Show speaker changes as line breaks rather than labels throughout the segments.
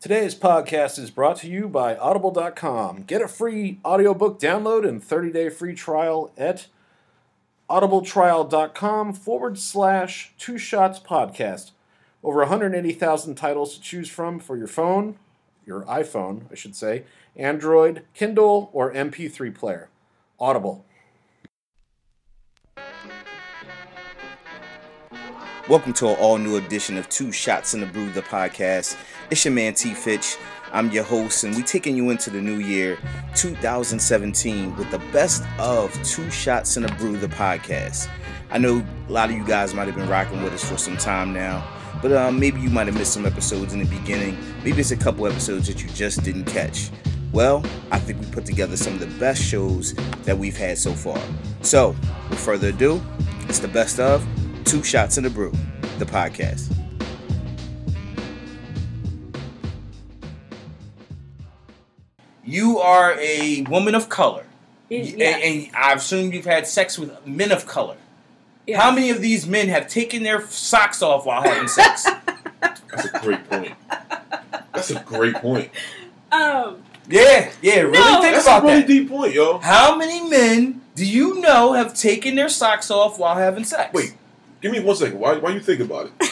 Today's podcast is brought to you by Audible.com. Get a free audiobook download and 30 day free trial at audibletrial.com forward slash two shots podcast. Over 180,000 titles to choose from for your phone, your iPhone, I should say, Android, Kindle, or MP3 player. Audible.
Welcome to an all new edition of Two Shots in the Brew, the podcast. It's your man T Fitch. I'm your host, and we're taking you into the new year 2017 with the best of Two Shots in the Brew, the podcast. I know a lot of you guys might have been rocking with us for some time now, but um, maybe you might have missed some episodes in the beginning. Maybe it's a couple episodes that you just didn't catch. Well, I think we put together some of the best shows that we've had so far. So, with further ado, it's the best of Two Shots in the Brew, the podcast. You are a woman of color,
It-
and,
yeah,
and I assume you've had sex with men of color.
yeah.
How many of these men have taken their socks off while having sex?
That's a great point. That's a great point.
Um,
yeah, yeah, really
No.
think
That's
about
a really
that.
deep point, yo.
How many men do you know have taken their socks off while having sex?
Wait, give me one second. Why? Why you think about it,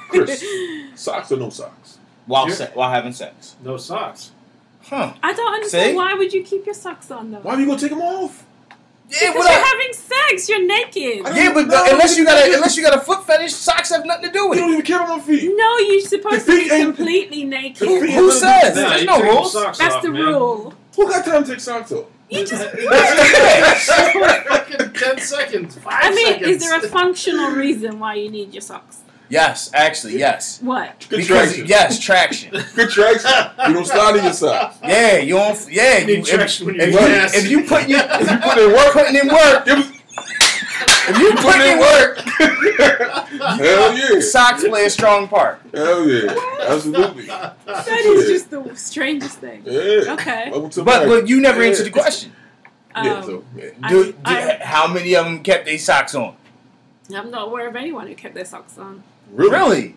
Chris? socks or no socks?
while
Yeah.
se- while having sex?
No socks.
Huh?
I don't understand
See?
why would you keep your socks on though?
Why are you gonna take them off?
Yeah,
Because
what
you're
I-
having sex. You're naked.
I
yeah, but
No,
unless you got
because-
a unless you got a foot fetish, socks have nothing to do
You
with
don't
it.
even care about my feet.
No, you're supposed
The
to be
feet ain't-
completely
The
naked.
feet-
Who says?
Nah,
There's
you
no
take your
rules.
socks
That's
off,
the
man.
rule.
Who got time to take socks off?
You just.
Fucking ten seconds. Five
I mean,
seconds.
is there a functional reason why you need your socks?
Yes, actually, yes.
What?
Good
because
traction.
yes, traction.
Good traction. You don't slide in your socks.
Yeah, you don't. Yeah,
You need
you. If,
traction when
if
you
you
ass.
if you put your if you put
Put in work.
putting in work,
Give us-
if you put in work,
Hell yeah.
socks play a strong part.
Hell yeah. Absolutely.
That is just the strangest thing.
Yeah.
Okay.
Welcome to
But but you never
Yeah.
answered the question.
yeah,
Um,
so, yeah.
I-
Do, do-
I-
how many of them kept their socks on?
I'm not aware of anyone who kept their socks on.
Really?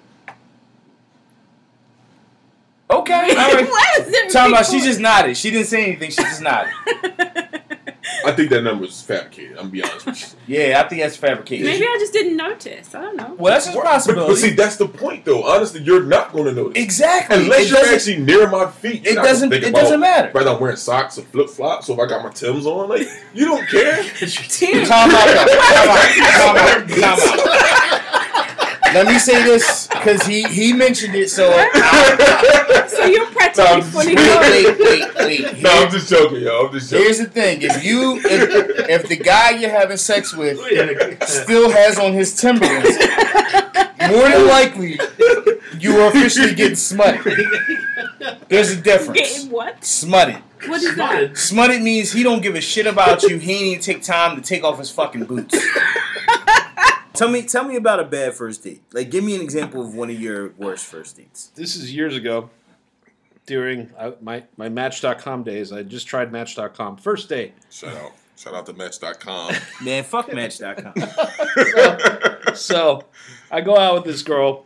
Okay. All right.
Why was it
Talking about
before?
she just nodded. She didn't say anything. She just nodded.
I think that number is fabricated. I'm gonna be honest with you.
Yeah, I think that's fabrication.
Maybe I just didn't notice. I don't know.
Well, that's just
But- but,
possibility.
but see, that's the point, though. Honestly, you're not going to notice
exactly.
unless
it
you're
doesn't,
actually near my feet.
it doesn't. It doesn't matter.
Whether I'm wearing socks or flip flops, or if I got my Tim's on, like you don't care.
Time out, though. Time out. Time out. Time out. Let me say this because he he mentioned it. So
So you're practically
I'm
fully
just-
clothed.
wait, wait, wait.
no, I'm just joking, yo. I'm just joking.
Here's the thing: if you if, if the guy you're having sex
Oh,
with
Yeah.
still has on his Timberlands, more than likely you are officially getting smutted. There's a difference.
Getting what?
Smutted.
What is that?
Smutted means he don't give a shit about you. He ain't even take time to take off his fucking boots. tell me, tell me about a bad first date. Like, give me an example of one of your worst first dates.
This is years ago during uh, my, my Match.com days. I just tried Match.com. First date.
Shout out, shout out to Match.com.
Man, fuck Match.com.
So I go out with this girl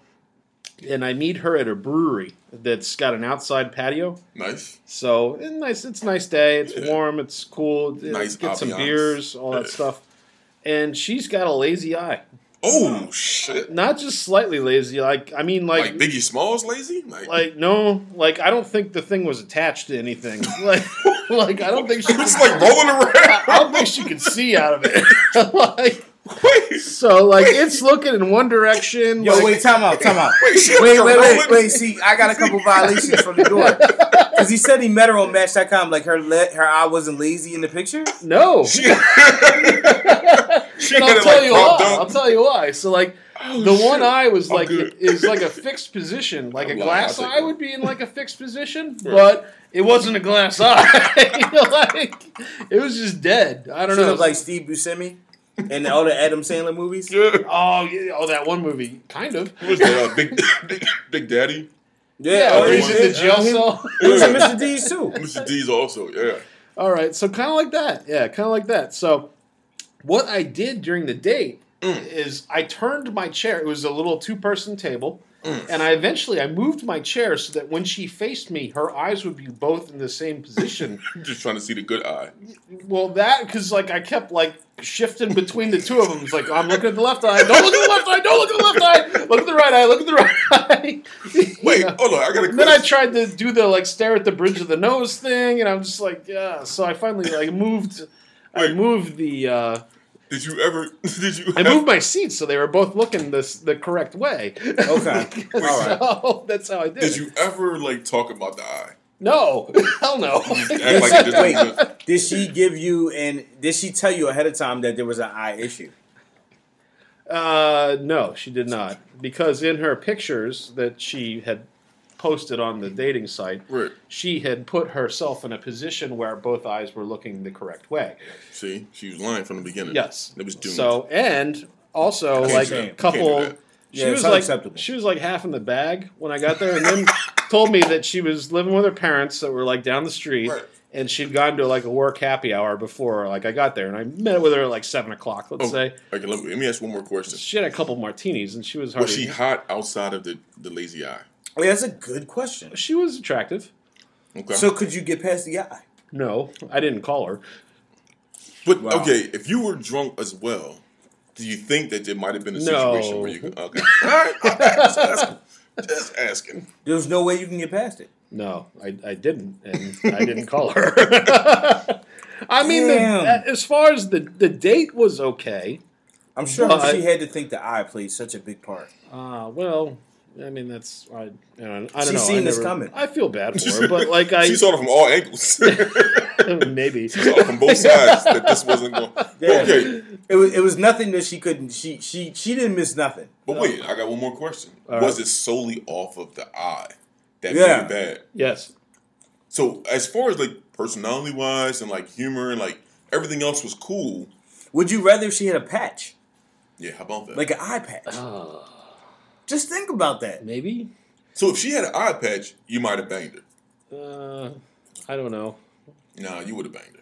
and I meet her at a brewery that's got an outside patio.
nice.
So it's nice. It's a nice day. It's
Yeah.
warm. It's cool. It-
Nice
Get some
ambiance.
beers, all that
Yeah.
stuff. And she's got a lazy eye.
Oh shit!
Not just slightly lazy. Like I mean,
Like
like like,
Biggie Smalls, lazy. Like,
no, like I don't think the thing was attached to anything. Like like I don't think she.
it's like rolling
I don't
around.
think she could see out of it. like
wait,
so, like it's looking in one direction.
Yo,
like,
wait, time out, time out.
wait, she
Wait,
was
wait, wait,
rolling.
wait. See, I got a couple violations from the door because he said he met her on Match.com. Like her, le- her eye wasn't lazy in the picture.
no.
She, she
And
had
I'll
it
tell
like
you
propped
why.
up.
I'll tell you why. So like
Oh,
the one
shit.
eye was
I'm
like
good.
is like a fixed position, like a
I'm lying.
glass
I'll take
eye
that.
would be in like a fixed position,
Right.
but it wasn't a glass eye. like it was just dead. I don't
She
know.
looked like Steve Buscemi in all the Adam Sandler movies.
Yeah.
oh, yeah, oh, that one movie, kind of.
What was that? Uh, Big, Big, Big Daddy.
Yeah,
or
yeah.
or Oh, he's in the jail
him.
cell.
oh, He was in Mr. D's too.
Mr. D's also, yeah.
All right, so kind of like that. Yeah, kind of like that. So, what I did during the date is I turned my chair. It was a little two person table. And I eventually I moved my chair so that when she faced me, her eyes would be both in the same position.
Just trying to see the good eye.
well, that because like I kept like shifting between the two of them. It's like I'm looking at the left eye. Don't look at the left eye. Don't look at the left eye. Look at the right eye. Look at the right eye. You
Wait,
know?
hold on. I got a
And then I
question.
tried to do the like stare at the bridge of the nose thing, and I'm just like, yeah. So I finally like moved. I
Wait.
moved the uh,
Did you ever? Did you?
I moved my seats so they were both looking this the correct way.
Okay.
so
Alright.
that's how I did.
Oh, Did
it.
you ever like talk about the eye?
No, hell no.
Act like it just
Wait.
doesn't exist.
Did she give you and did she tell you ahead of time that there was an eye issue?
Uh, no, she did not, because in her pictures that she had posted on the dating site,
Right.
she had put herself in a position where both eyes were looking the correct way.
See, she was lying from the beginning.
Yes.
it was doomed.
So and also
Can't
like
do that.
a
Can't do
couple.
that.
She
Yeah, it's
was like
unacceptable.
she was like half in the bag when I got there, and then told me that she was living with her parents that were like down the street,
Right.
and she'd gone to like a work happy hour before like I got there, and I met with her at like seven o'clock, let's
Oh,
say.
okay, let, me, let me ask one more question.
She had a couple martinis, and she was hardly.
Was she hot outside of the, the lazy eye?
Wait, that's a good question.
She was attractive.
Okay.
So could you get past the eye?
No, I didn't call her.
but
Wow.
okay, if you were drunk as well, do you think that there might have been a
No.
situation where you could? Okay. All right. all right, Just asking. Just asking.
There's no way you can get past it.
No, I, I didn't, and I didn't call her. I mean, the,
Damn.
as far as the, the date was okay.
I'm sure
Well, I-
she had to think the eye played such a big part.
Uh, well, I mean, that's I, you know, I don't
She's
know.
seen
I
this coming.
I feel bad for her, but like I
she saw it from all angles.
maybe
saw it from both sides that this wasn't going.
Yeah.
Okay,
It was it was nothing that she couldn't she she she didn't miss nothing.
but wait, I got one more question.
All
was
right.
it solely off of the eye that
Yeah.
made it bad?
yes.
So as far as like personality wise and like humor and like everything else was cool.
Would you rather she had a patch?
Yeah, how about that?
Like an eye patch.
Uh,
Just think about that.
maybe.
so if she had an eye patch, you might have banged her.
Uh, I don't know.
Nah, you would have banged her.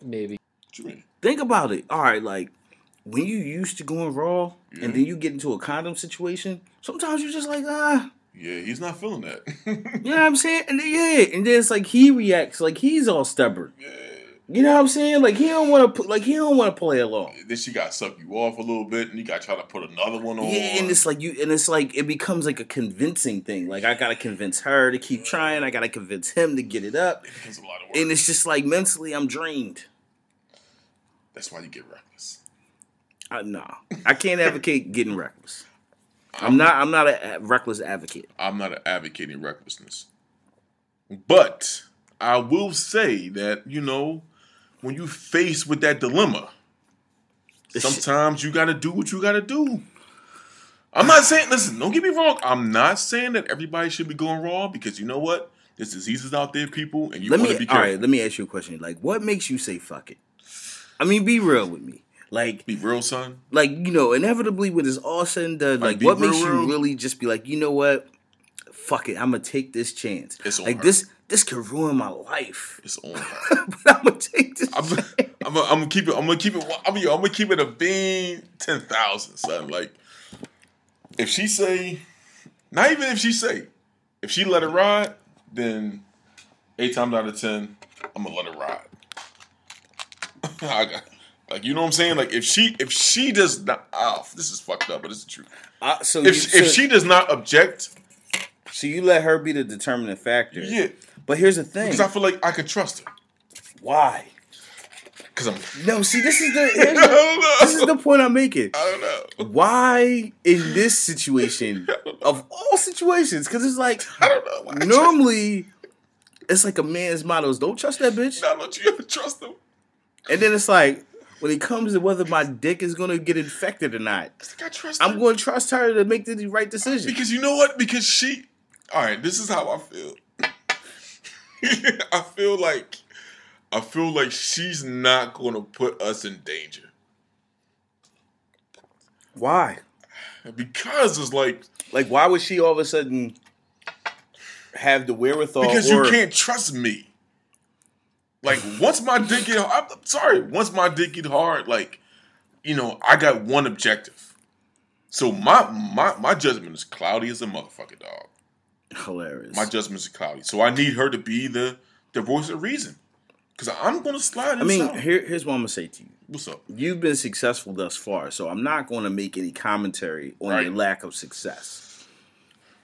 What
Maybe.
you mean?
Think about it. All right, like when you used to going raw and then you get into a condom situation, sometimes you're just like, ah,
Yeah, he's not feeling that.
you know what I'm saying? And then, yeah, and then it's like he reacts like he's all stubborn. You know what I'm saying? Like he don't want to like he don't want to play along.
then she got to suck you off a little bit, and you got to try to put another one on.
Yeah, and it's like you, and it's like it becomes like a convincing thing. Like I gotta convince her to keep trying. I gotta convince him to get it up,
It's a lot of work.
and it's just like mentally, I'm drained.
That's why you get reckless.
I, no, I can't advocate getting reckless. I'm not. I'm not a a reckless advocate.
I'm not advocating recklessness. But I will say that, you know, when you faced with that dilemma,
It's-
sometimes you gotta do what you gotta do. I'm not saying listen, don't get me wrong. I'm not saying that everybody should be going raw because you know what? There's diseases out there, people, and you
Let
wanna
me.
be
All
careful.
right. Let me ask you a question. Like, what makes you say fuck it? I mean, be real with me. Like,
Be real, son.
like you know, inevitably when it's all said and done,
Like,
like,
be
what
real,
makes
real.
you really just be like, you know what? Fuck it. I'm gonna take this chance.
It's on
like
her.
this. This could ruin my life.
It's on her.
but I'm gonna take this.
I'm, I'm, I'm gonna keep it. I'm gonna keep it. I'm gonna, I'm gonna keep it a bean ten thousand, son. Like, if she say, not even if she say, if she let it ride, then eight times out of ten, I'm gonna let it ride. I got- like, you know what I'm saying? Like, if she, if she does not, oh, this is fucked up, but it's the truth.
Uh, so, you,
If
so,
if she does not object,
so you let her be the determining factor.
yeah,
But here's the thing.
because I feel like I can trust her.
Why?
Because I'm,
No, see, this is the
I
here's the- this is
don't know.
the point I'm making.
I don't know.
Why in this situation of all situations? Because it's like
I don't know. Why I trust-
normally it's like a man's motto is don't trust that bitch,
Now don't you ever trust them?
and then it's like when it comes to whether my dick is gonna get infected or not,
It's like I trust
I'm
her.
going to trust her to make the right decision.
Because you know what? Because she. All right, this is how I feel. I feel like I feel like she's not going to put us in danger
Why?
because it's like
Like, why would she all of a sudden have the wherewithal?
because
or-
you can't trust me. Like once my dick get hard, I'm sorry. Once my dick get hard, like you know, I got one objective, So my my my judgment is cloudy as a motherfucker, dog.
Hilarious.
My judgment is cloudy. So I need her to be the the voice of reason. Cause I'm gonna slide.
I mean,
inside.
here, here's what I'm gonna say to you.
what's up?
You've been successful thus far, so I'm not going to make any commentary on
Right.
your lack of success.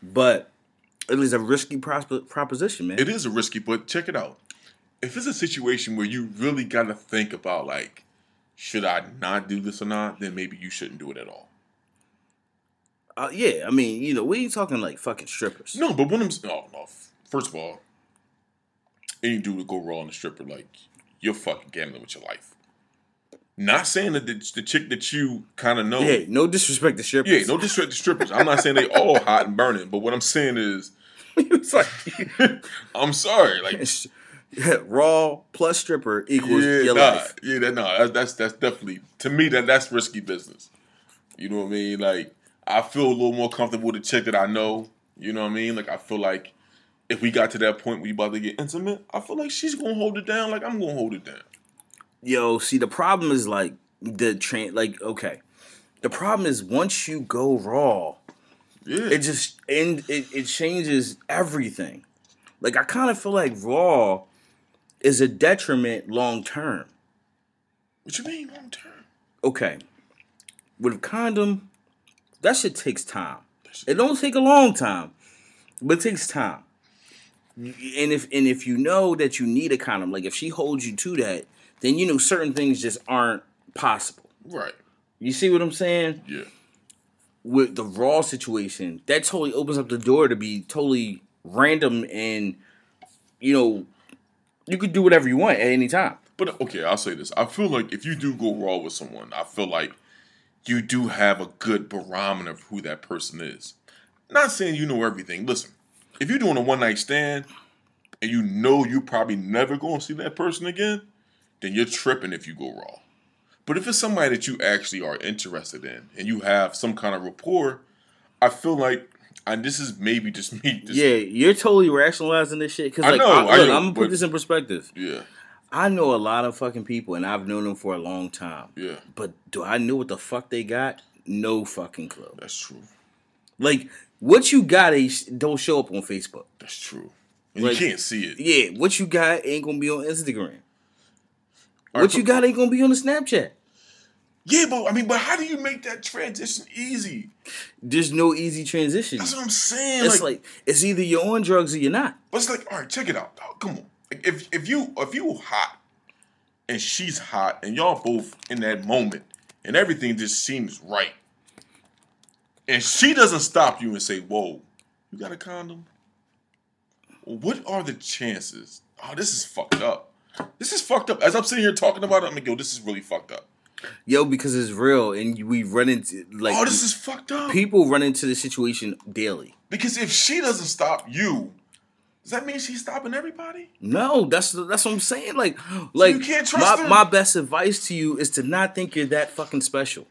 But it is a risky prosp- proposition, man.
It is a risky, but check it out. If it's a situation where you really gotta think about like, should I not do this or not? Then maybe you shouldn't do it at all.
Uh, yeah, I mean, you know, we ain't talking like fucking strippers.
No, but when I'm oh, no, no. First of all, any dude would go raw on a stripper, like you're fucking gambling with your life. Not saying that the, the chick that you kind of know,
Hey, no disrespect to strippers.
yeah, no disrespect to strippers. I'm not saying they all hot and burning, but what I'm saying is,
it's like
I'm sorry, like
raw plus stripper equals your
nah,
life.
Yeah, that, no, that, that's that's definitely to me that that's risky business. You know what I mean? Like I feel a little more comfortable with a chick that I know. You know what I mean? Like I feel like if we got to that point where you about to get intimate, I feel like she's gonna hold it down. Like I'm gonna hold it down.
Yo, see, the problem is like the train. Like, okay, the problem is once you go raw,
Yeah,
it just and it, it changes everything. Like, I kind of feel like raw is a detriment long term.
what you mean long term?
Okay, with a condom, that shit takes time. It don't take a long time, but it takes time. And if and if you know that you need a condom, like if she holds you to that, then you know certain things just aren't possible.
Right.
You see what I'm saying?
Yeah.
With the raw situation, that totally opens up the door to be totally random and you know you could do whatever you want at any time.
But okay, I'll say this. I feel like if you do go raw with someone, I feel like you do have a good barometer of who that person is. Not saying you know everything. Listen, if you're doing a one night stand and you know you probably never going to see that person again, then you're tripping if you go raw. But if it's somebody that you actually are interested in and you have some kind of rapport, I feel like, and this is maybe just me. Just,
yeah, you're totally rationalizing this shit because
I
like,
know,
I,
I
look,
know,
I'm gonna put
but-
this in perspective.
Yeah.
I know a lot of fucking people, and I've known them for a long time.
Yeah.
But do I know what the fuck they got? No fucking clue.
That's true.
Like what you got, is don't show up on Facebook.
That's true. And
Like-
you can't see it.
Yeah, what you got ain't gonna be on Instagram. What
All right,
you got ain't gonna be on the Snapchat.
Yeah, but I mean, but how do you make that transition easy?
There's no easy transition.
That's what I'm saying.
It's
like,
like it's either you're on drugs or you're not.
but it's like, all right, check it out. dog. Come on, like, if if you if you hot and she's hot and y'all both in that moment and everything just seems right, and she doesn't stop you and say, "Whoa, you got a condom?" What are the chances? Oh, this is fucked up. This is fucked up. As I'm sitting here talking about it, I'm like, yo, this is really fucked up.
Yo, because it's real, and we run into like
Oh, this is fucked up.
people run into the situation daily.
Because if she doesn't stop you, does that mean she's stopping everybody?
No, that's that's what I'm saying. Like, like
you can't
my,
trust her?
my best advice to you is to not think you're that fucking special.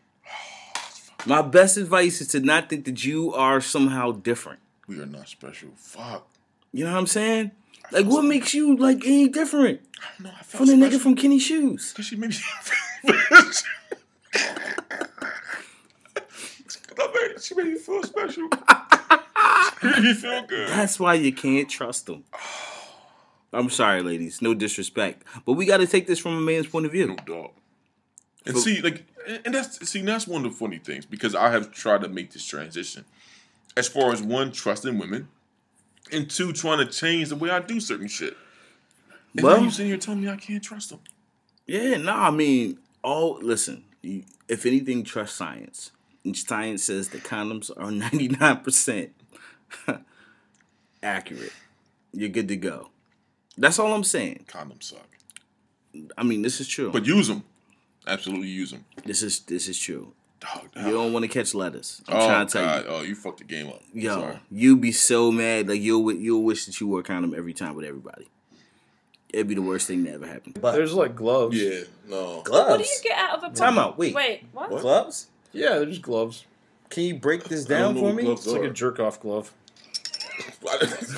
My best advice is to not think that you are somehow different.
We are not special. Fuck.
You know what I'm saying? Like, what makes you like any different
I don't know. I felt
from the nigga
special.
from Kenny Shoes?
Cause she made me. I made, she made me feel special. she made me feel good.
That's why you can't trust them. I'm sorry, ladies. No disrespect, but we got to take this from a man's point of view.
Dog. And see, like, and and that's see, that's one of the funny things because I have tried to make this transition, as far as one trusting women, and two trying to change the way I do certain shit. And now
Well-
you sitting here telling me I can't trust them.
Yeah, no, I mean, all listen. you- If anything, trust science. And science says that condoms are ninety nine percent accurate. You're good to go. That's all I'm saying.
Condoms suck,
I mean, this is true.
but use them. Absolutely use them.
this is this is true.
Dog,
You don't want to catch lettuce. I'm
oh,
trying to tell
God. Oh, you fucked the game up.
you. Yo,
Sorry.
you be so mad like you'll wi- you'll wish that you wore a condom every time with everybody. It'd be the worst thing that ever happened. But
There's like gloves.
Yeah, no.
gloves.
What do you get out of a
Time out, wait.
Wait, what?
Gloves?
Yeah, there's gloves.
Can you break this
I don't know what gloves
It's like
are.
a jerk off glove.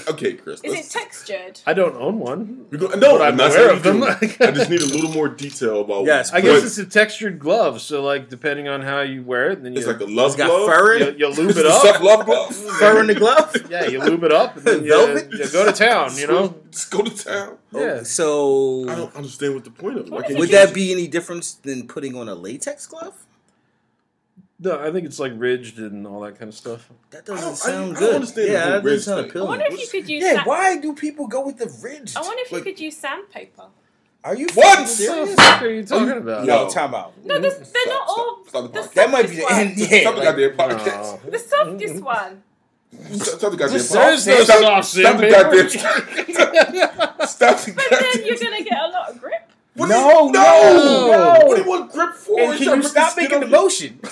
okay, Chris.
Is it
let's-
textured?
I don't own one.
we go- no,
But I'm
I'm not
aware
saying
of
you do.
them.
I just need a little more detail about.
Yes,
I guess
but
it's a textured glove, so like depending on how you wear it, then you
it's like a love
It's got
glove.
fur in
you,
it.
you lube
It's
it
a
up.
stuffed love glove.
Fur in the glove.
Yeah, you lube it up and then you,
Velvet? Oh.
you go to town, you know?
Just go to town.
Yeah.
I
So
don't understand what the point of. it. Why
What
can't
is
you
would
it?
just-
that be any difference than putting on a latex glove?
No, I think it's like ridged and all that kind of stuff.
That
I don't-
doesn't
I- I
sound
don't
good.
understand the
yeah,
whole
that
ridge
doesn't sound
thing.
I
appealing.
wonder if you could use.
Yeah,
sand-
why do people go with the ridge?
I wonder if you
Like-
could use sandpaper.
Are you fucking
What?
What the
serious?
fuck are you
Oh,
talking about?
No.
Yo, time out.
No, this, they're
Stop,
not
stop,
all.
stop the
the
podcast.
That might be the
softest
end. Mm-hmm.
one.
Yeah,
Stop the
like,
goddamn
No.
podcast.
The softest one.
Stop the goddamn
Just
podcast.
There's no
Stop-
soft
Stop the goddamn. Stop the
But then you're
goddamn.
gonna get a lot of grip.
What do
No,
you-
no, no.
What do you want grip for?
And can you stop making the motion?
oh.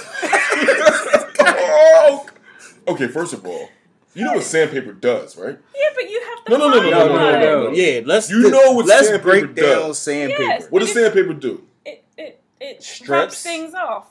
Okay, first of all, you know what sandpaper does, right?
Yeah, but you have the.
No, no, no, no,
fine
no, no, no,
one.
no, no.
Yeah, let's
You know what
let's
sandpaper
break down
does.
sandpaper.
Yes.
What does sandpaper do?
It it it
Strips.
strips things off.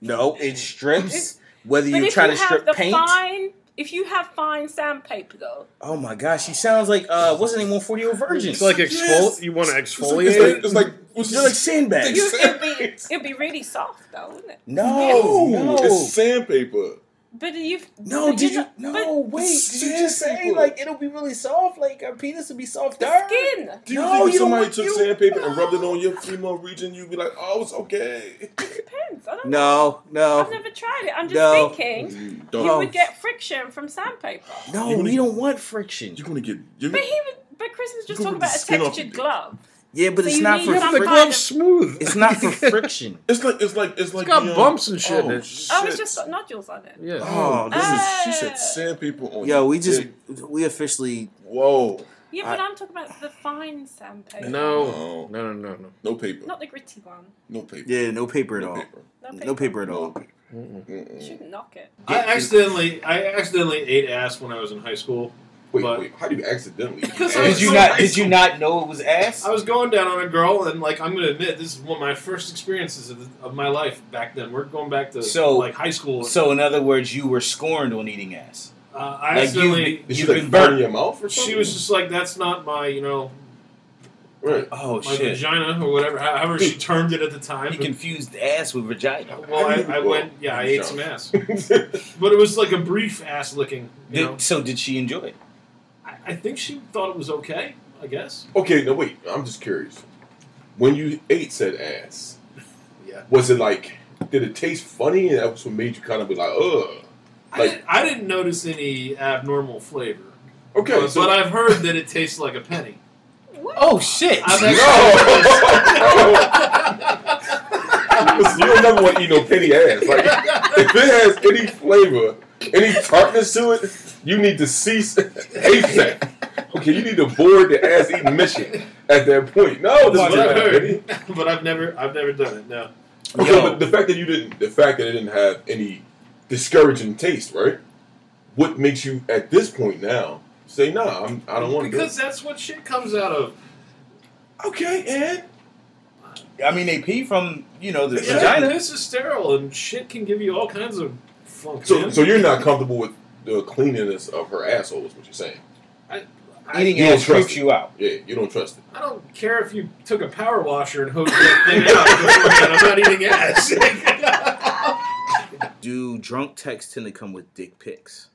No, it strips.
It's-
Whether
But
you're
if you
trying to
have
strip
the
paint.
fine, if you have fine sandpaper though,
Oh my gosh, she sounds like uh, what's her name? One forty year virgin.
It's like
Yes.
exfol- you want to
It's like, it's like,
exfoliate? it?
it's like what's
you're like sandbags.
you, it'd be it'd be really soft though, wouldn't it?
No, no,
it's sandpaper.
But you've
no.
but
Did you?
you're not-
No, wait. Did you just say
Sandpaper.
like it'll be really soft? Like our penis will be soft.
but
dirt?
skin.
Do you
No,
think if
you don't
somebody
want-
took
you-
sandpaper and rubbed it on your female region, you'd be like, oh, it's okay?
Depends. I don't know.
No,
I've
no,
never tried it. I'm just
No.
thinking
You
you
don't.
Oh.
would get friction from sandpaper.
no.
You're
We
gonna-
don't want friction.
You're gonna get. You're
But
gonna,
he was, but Chris was just
You
talking
put the
about a
skin off your
textured
dick.
glove.
Yeah, but
So
it's
you
not
need
for
Yeah, but
some
the
friction.
kind
glove's
of-
smooth.
It's not for friction.
it's like it's like it's like
got
the, um,
bumps and shit in it.
Oh, it's
shit.
just got nodules on it.
Yeah.
Oh,
This
this
is, she said sandpaper on.
is yo.
your
We just
dick.
we officially
whoa.
Yeah, but I, am talking about the fine sandpaper.
No. No, no, no, no.
No paper.
Not the gritty one.
No paper.
yeah. No paper at
No
all.
paper.
No paper.
No paper at
No
all.
paper.
You
Mm-mm.
shouldn't knock it.
I accidentally, I accidentally ate ass when I was in high school.
Wait,
But-
wait. How do you accidentally?
Because I
Did
was
you
so
not?
high
Did you
school.
not know it was ass?
I was going down on a girl, and like I'm gonna admit, this is one of my first experiences of, of my life back then. We're going back to
So-
like high school.
So in other words, you were scorned on eating ass.
uh, I
like, you-
accidentally.
Did she
You've
like
been
burn
burnt.
your mouth or something?
She was just like, "That's not my, you know,
right.
Oh
my
shit!
vagina or whatever." However, she termed it at the time.
He
but-
confused ass with vagina.
well, I, I went. Yeah, I ate some ass, but it was like a brief ass licking. You know,
Did, so did she enjoy it?
I, I think she thought it was okay. I guess.
okay, no wait. I'm just curious. When you ate said ass,
Yeah.
was it like? Did it taste funny? And that was what made you kind of be like, ugh.
I,
Like-
didn't, I didn't notice any abnormal flavor. Uh,
Okay,
but,
so
but I've heard that it tastes like a penny.
What?
Oh shit!
I've
Listen, you don't never want to eat no penny ass. Like if it has any flavor, any tartness to it, you need to cease ASAP. Okay, you need to board the ass eating mission at that point. No, this
But
is
I've
not
heard.
penny.
but I've never, I've never done it. No.
Okay,
Yo.
but the fact that you didn't, the fact that it didn't have any discouraging taste, right? What makes you at this point now say, "Nah, I'm, I don't want to do
Because
it."
that's what shit comes out of.
Okay, and
I mean, they pee from you know the
Yeah,
vagina.
This is sterile, and shit can give you all kinds of funk.
so,
man.
so you're not comfortable with the cleanliness of her asshole, is what you're saying?
I,
Eating
You don't
ass
trust
creeps
it.
you out.
Yeah, you don't trust it.
I don't care if you took a power washer and hosed that thing out. beforehand, I'm not eating ass.
Do drunk texts tend to come with dick pics?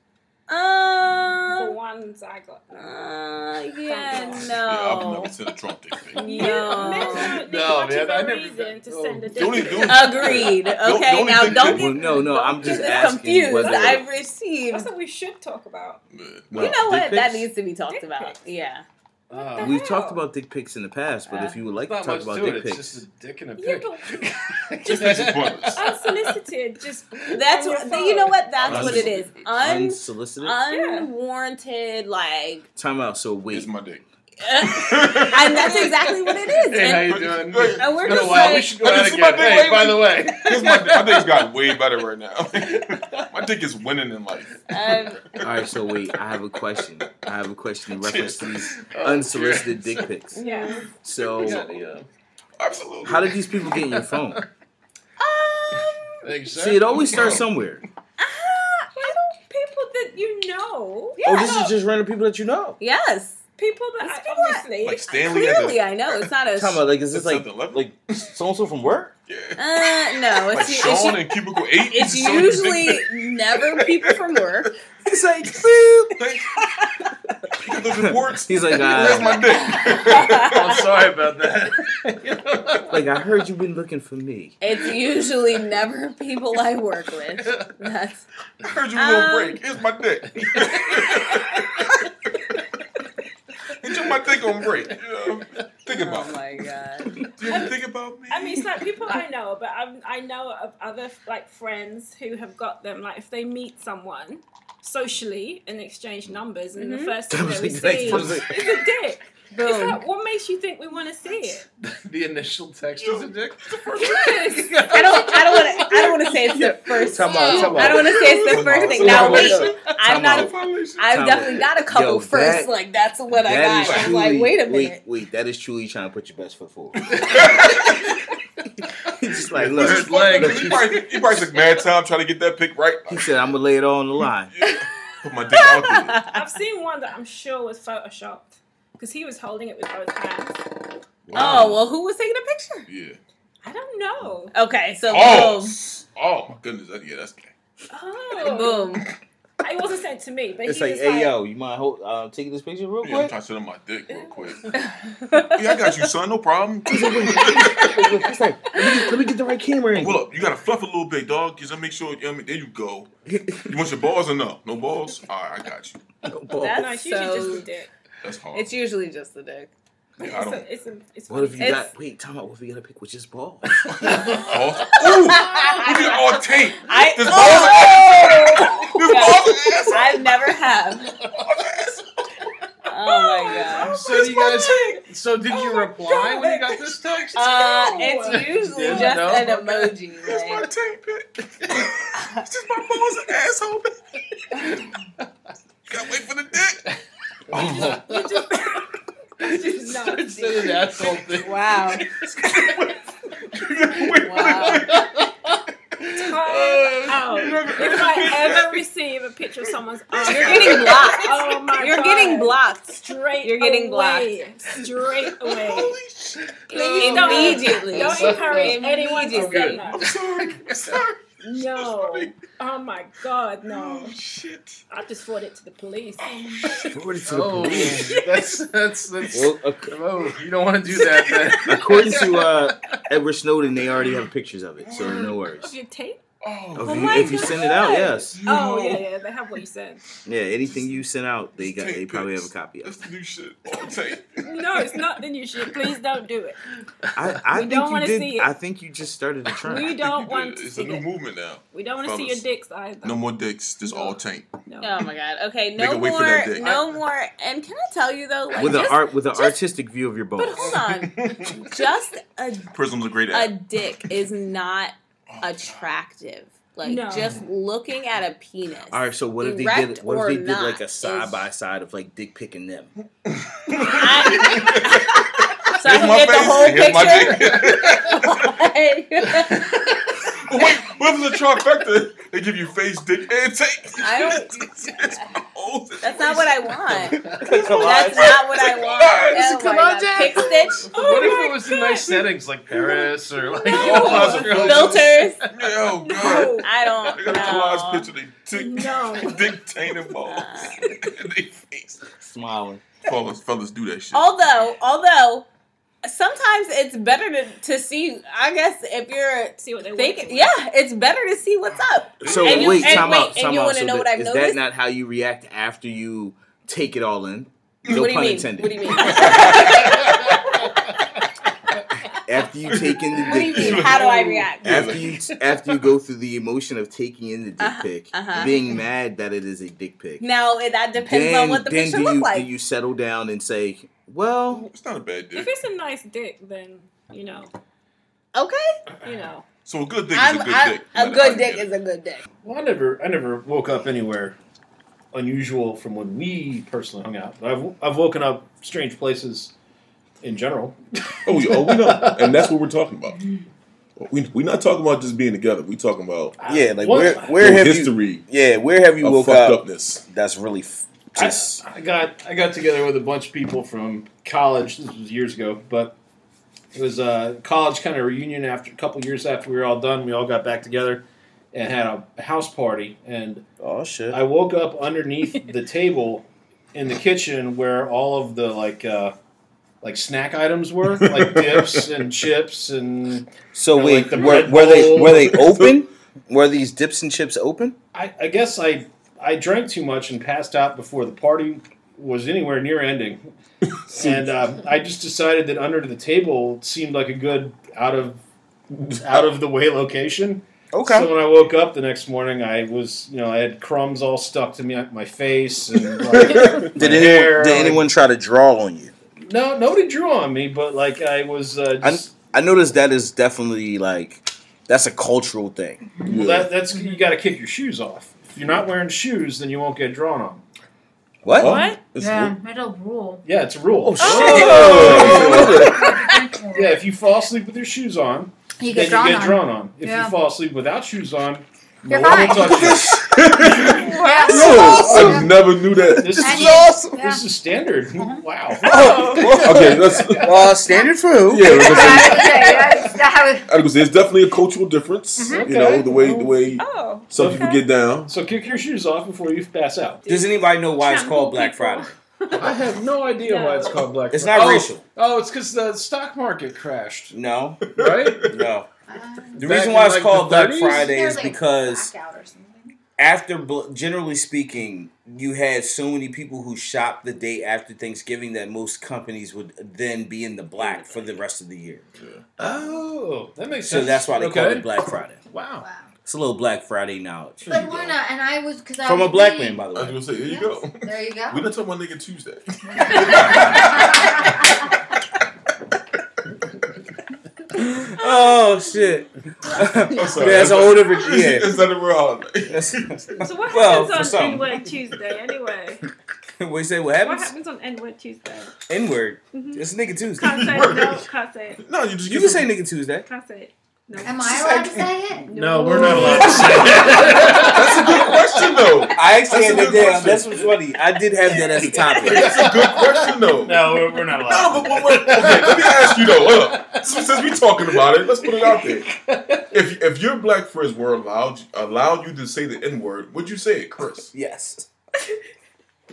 The
Uh,
ones I got.
uh,
Yeah,
yeah,
I've
no.
never seen a drunk dick thing.
You, men don't need
No,
much
man,
of a
I never-
reason to
oh,
send a dick.
don't even-
pic.
don't-
Agreed.
Don't-
Okay,
don't
now
even
don't
think
Well,
get
no, no. I'm
this
just asking
confused.
whether
I've
That's
received.
what we should talk about.
No.
You know
Dick
what? That
pics?
needs to be talked
Dick
about.
pics.
Yeah.
Uh,
we've
hell?
talked about dick pics in the past, but if you would like to
not
talk
much
about
to it.
dick
It's
pics,
just a dick and a
Yeah,
pick.
Just makes it pointless.
Unsolicited, just
That's
on your
what. You know
phone.
what? That's what it is. Un,
unsolicited.
unwarranted. Like,
Time out. So wait.
Here's my dick.
and that's exactly what it is.
Hey, how
And,
you doing?
Hey,
and we're
It's been
just
a while. we
like,
should go
I
out
just see my
again.
dick
Hey,
waving.
by the way.
Here's my dick. My dick's got way better right now. my dick is winning in life.
um,
All right. So wait. I have a question. I have a question in reference to
Oh,
these unsolicited dick pics.
Yeah.
Mm.
So
Absolutely.
How did these people get in your phone?
um,
Thanks, sir.
See, it always starts somewhere.
ah,
I don't people that you know.
Yeah.
Oh, this is just random people that you know.
yes.
People that
These
I,
people are-
obviously.
Like Stanley at
Clearly,
the,
I know it's not a.
Come on, like is this
It's
like
something left.
like so and so from work?
yeah.
Uh, no,
like
it's, u- it's,
Sean
u-
and Cubicle Eight.
it's
Sean and-
usually never people from work.
It's like boop.
Like, you got those reports.
He's like,
Where's my
uh,
dick?
I'm sorry about that.
like I heard you've been looking for me.
It's usually never people I work with. That's
I heard you were on
Um,
break. Here's my dick. You took my dick on break. You know, think
oh
about it.
my god.
Do you think about me?
I mean, it's like people I know, but I'm, I know of other like friends who have got them. Like if they meet someone socially and exchange numbers, and the
Mhm.
first thing they
That was
receive
the
is
next
a dick. It's
Boom.
like, what makes you think we want to see it?
The initial text is a dick.
Yes.
I don't. I don't want to. I don't want to say it's the first.
Come on, come on.
I don't want to say it's the
Come
first
on,
thing.
come
Now
on.
wait.
Listen,
I'm
come
not.
on.
A,
Violation.
I've
Come
definitely
on.
got a couple
Yo,
first.
that-
like that's what I
That
got.
is
I'm like, wait a
wait,
minute.
wait, that is truly trying to put your best foot forward. He's just like, look,
Third leg.
He probably, he probably took mad time trying to get that pick right.
he said, Oh. I'm gonna lay it all on the line.
Put my dick out there.
Oh,
I've seen one that I'm sure was photoshopped because he was holding it with both hands.
Oh well, who was taking a picture?
Yeah.
I don't know.
Okay, so
Oh, s- oh my goodness. That, yeah, that's gay.
boom,
Oh,
boom.
it wasn't sent to me, but
It's
he
like,
was
hey
like,
yo, you mind hold, uh, taking this picture real
Yeah, I'm
quick?
trying to sit on my dick real quick. Yeah, I got you, son. No problem.
He's like, let me, get, let me get the right camera
Hold
angle.
up. You got to fluff a little bit, dog. Because I make sure. I mean, there you go. You want your balls or no? No balls? All right, I got you.
That's
No, it's usually
so-
just a dick.
That's hard.
It's usually just the dick.
yeah, I
It's
don't.
a, it's a, it's
What if you
It's-
got? Wait, time out. What if you gotta pick which is ball?
balls? Ooh, look at all tape.
I
This
oh!
This balls are
I've never have.
ass.
Oh my god.
So you guys, so did you reply when you got this text?
Uh, it's usually
Yeah,
just
no.
an emoji.
This my
Like,
tape pic. This is my balls and asshole. Gotta wait for the dick. Oh,
just not
Instead of
dick.
the asshole thing.
wow. Wow.
Time out. If I ever receive a picture of someone's arm,
You're getting blocked.
Oh my
You're
God.
getting blocked
Straight
You're getting Oh
away. Straight away.
Holy shit.
Please don't,
immediately.
don't encourage anyone to
Immediately.
send
I'm
that.
sorry. I'm sorry.
No. Oh my God, no.
Oh, shit.
I just forward it to the police.
Forward it to the
Oh,
police.
that's that's that's.
Well, ac-
Oh, you don't want to do that. Then.
according to uh, Edward Snowden, they already have pictures of it, so no
Of
worries.
your tape?
Oh,
If you,
my
if you send it out,
God.
yes,
Oh, yeah, yeah, they have what you said.
yeah, anything you send out, they got, they probably have a copy
That's
of.
the new shit. All tape.
No, it's not the new shit. Please don't do it.
I, I
We don't
think you
wanna
did.
see it.
I think you just started a
We
trend.
don't want to
It's a
see
new
it.
movement now.
We don't want to see your
Fellas.
dicks either.
No more dicks. Just all taint.
No.
Oh my god. Okay,
Nigga,
no
wait for that
more,
dick.
no more. And can I tell you though, like
With an
just,
art, with an
just-
artistic view of your
but
balls.
hold on, just a
Prism's a great
a
app.
dick is not
Oh, God.
attractive. Like
No.
just looking at a penis.
All right, so what if they
Erect
did? What if they
or
did like
not
a
is-
side by side of like dick picking them?
I- so I
Here's
can
my
get the
face.
whole
Here's my
picture. Like,
Wait, what if it's a trifecta? They give you face, dick, and taint.
I don't.
That's my old-
That's not what I want.
Come
That's
on.
not what I want.
It's
Oh my God. Pick stitch
Oh
what if it was in nice settings like Paris or like
No.
filters.
Yeah, Oh, God.
No.
I don't
They got a collage
know.
picture. They tick,
No.
dick, taint, and balls.
Uh.
and they face.
Smiling.
Fellas, fellas do that shit.
Although, although. Sometimes it's better to, to see. I guess if you're
See what they
thinking,
want.
yeah, it's better to see what's up.
So
And you-
wait,
and
time
wait,
out,
and
time
you
out.
wanna
So
know
that-
what I've
is that
noticed?
not how you react after you take it all in? No
what do you
pun
mean?
intended.
What do you mean? what
After you take in the
do you
dick pic,
mean? How do I react?
after you after you go through the emotion of taking in the dick
Uh-huh,
pic,
uh-huh.
being mad that it is a dick pic,
Now it- that depends
then
on what the
then
picture
do
looked
you
like.
do you settle down and say, well,
It's not a bad
If
dick.
it's a nice dick, then you know,
okay,
you know.
So a good dick
I'm,
is a good
I'm,
dick. no
a
matter how
good
you
dick
get
is a good dick.
Well, I never, I never woke up anywhere unusual from when we personally hung out. But I've, I've woken up strange places in general.
it. Oh, we, oh, we know. And that's what we're talking about. We we not talking about just being together. We talking about
Yeah, like
What?
where where
your
have you?
history
Yeah, where have you
of
woke
fucked
up?
upness.
That's really f-
I-
just
I got I got together with a bunch of people from college. This was years ago, but it was a college kind of reunion after a couple years after we were all done. We all got back together and had a house party. And
oh shit.
I woke up underneath the table in the kitchen where all of the like uh, like snack items were, like dips and chips and
so
like
wait,
the
were,
Red
were they
Bull.
were they open? were these dips and chips open?
I, I guess I I drank too much and passed out before the party was anywhere near ending, and um, I just decided that under the table seemed like a good out of out of the way location. So when I woke up the next morning, I was you know I had crumbs all stuck to me uh, my face and like,
did
my
anyone
hair,
did
like-
anyone try to draw on you?
no nobody drew on me, but like I was uh,
I,
just,
I noticed that is definitely like that's a cultural thing.
Yeah.
well, that, that's you got to kick your shoes off. If you're not wearing shoes, then you won't get drawn on.
What?
Huh?
What?
It's-
Yeah, it'll rule.
Yeah, it's a rule.
Oh, shit.
Oh.
Yeah, if you fall asleep with your shoes on,
you
then
get drawn
you get
on.
drawn on. If
Yeah.
you fall asleep without shoes on, oh
You're
no one will
fine.
touch you.
Yeah.
Yo, I never knew that.
This is,
And
this
you- Yeah.
is standard. Wow.
Okay, let's.
Well, standard for who?
Yeah, let's
Yeah, okay, that's- that
I was gonna say it's definitely a cultural difference.
Mhm.
You know
Okay.
the way the way
Oh,
some
Okay.
people get down.
So kick your shoes off before you pass out.
Does anybody know why it's called Black
People.
Friday?
I have no idea
why
why
it's
it's called black.
It's not
oh,
racial.
Oh, it's because the stock market crashed,
No,
right?
no.
was-
The
Back
reason
in,
why it's
like,
called
the
Black
30s?
Friday
There's
is
like a
because
blackout or something.
after, bl- generally speaking, you had so many people who shopped the day after Thanksgiving that most companies would then be in the black for the rest of the year.
Oh, that makes
So
sense.
that's why they
okay.
call it Black Friday.
Wow.
Wow.
It's a little Black Friday knowledge
But Lorna and I was because
from
was
a black man,
reading-
by the
I was
way.
gonna say, there you go.
There you
We
go.
not talking about nigga Tuesday.
Oh shit!
I'm sorry.
Yeah, that's a whole different. Yeah.
It's not a real holiday.
That's,
So what
Well, for
happens on
some.
N word Tuesday anyway?
what you say? What
What
happens?
happens on N word Tuesday?
N word.
Mhm.
It's nigga
Can't say
Tuesday.
it. No, can't say it.
No, you just
You
get
can
some-
say nigga Tuesday.
Can't say it. No.
Am I allowed to say it?
No, we're not allowed to say
That's a good question though.
I actually
That's a
had that
good
down.
question.
That's what's funny. I did have that as a topic.
That's a good question though.
No, we're, we're not
No,
allowed.
but what, what, okay, let me ask you though. Hold up. Since, since we're talking about it, let's put it out there. If if your black friends were allowed allowed you to say the N word, would you say it, Chris?
yes.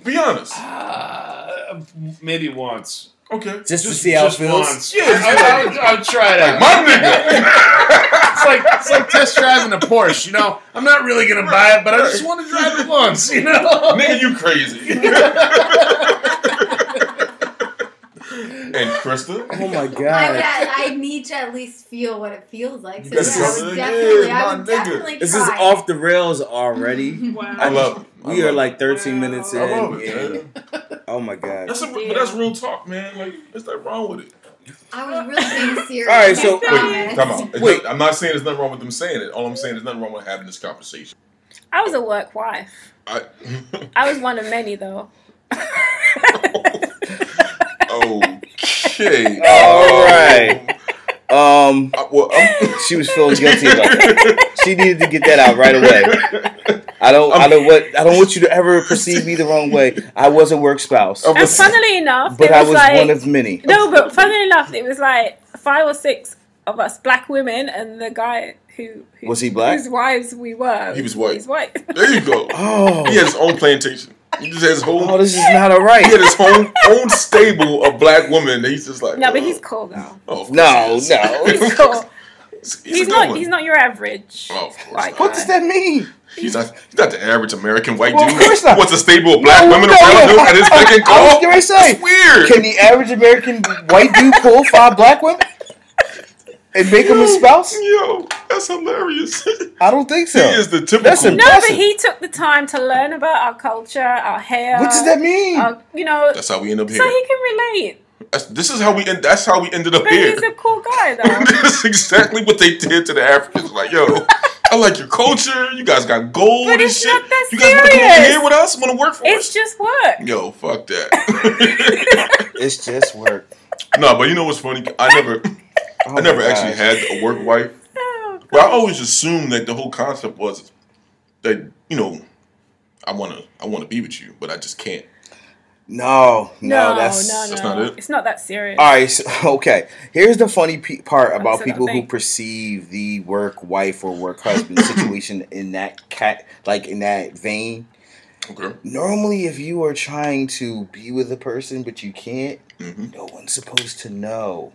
Be honest.
Uh, maybe once.
Okay.
Just to
Just,
see how it
just
feels.
once. Yeah, I, I, would- I would try it out.
My nigga.
It's like it's like test driving a Porsche. You know, I'm not really gonna buy it, but I just want to drive it once. You know.
nigga, you crazy. and Krista?
Oh my
I, would,
god.
I, I need to at least feel what it feels like. So
That's
yeah, I
what
would
it
definitely,
is,
I
my
would
nigga.
definitely
This
try.
is off the rails
Mm-hmm.
already.
I
Wow.
love it. I
We are
love it.
like 13 minutes in.
I love it,
and-
man.
oh my god.
That's a, but that's real talk, man. Like, what's that wrong with it?
I was really being serious.
All right, so-
I
Wait,
promise.
come on. It's
Wait.
not- I'm not saying there's nothing wrong with them saying it. All I'm saying is nothing wrong with having this conversation.
I was a work wife.
I,
I was one of many though.
okay. Oh,
All right. Um,
I, well, I'm,
she was feeling guilty about that. She needed to get that out right away. I don't, I don't want, I don't want you to ever perceive me the wrong way. I was a work spouse,
I'm
And
just-
funnily enough,
but
it
I
was,
was
like
one of many.
no, but funnily enough, it was like five or six of us black women, and the guy who, who
Was he black?
Whose wives we were.
He was white.
He's white.
there you go. He
Oh,
had his own plantation. He just had his whole.
oh, this is not all
he had
right.
his own own stable of black women. And he's just like.
no, but
oh,
he's cool though.
oh, of course he
No,
is.
no.
He's cool.
He's, a
He's
good
not.
one.
He's not your average.
Oh, of course
Like,
not.
What does that mean?
He's not. He's not the average American white
Well, of
dude.
course not.
What's a stable of black
No,
women
no,
around
no.
him at his fucking
I was
call?
gonna say.
That's weird.
Can the average American white dude pull five black women and make them his spouse?
Yo, that's hilarious. he
I don't think so.
is the typical.
That's a-
No, but
Awesome.
he took the time to learn about our culture, our hair.
What does that mean?
Our, you know,
That's how we end up here.
so he can relate.
That's, this is how we end. That's how we ended up
But
here.
he's a cool guy, though.
That's exactly what they did to the Africans. Like, yo, I like your culture. You guys got gold
But
and
it's
shit.
not that
you guys want to come over
serious.
here with us? Want to work for
it's
us?
just work.
yo, fuck that.
It's just work. Oh
no, but you know what's funny? I never, I never actually had a work wife. But I always assumed that the whole concept was that you know, I wanna I wanna be with you, but I just can't.
No, no, that's
no, no.
that's not it?
It's not that serious.
All right, so, okay. Here's the funny pe- part about
said
people who
nothing.
perceive the work wife or work husband situation in that cat, like in that vein.
Okay.
Normally, if you are trying to be with a person but you can't,
hmm
no one's supposed to know.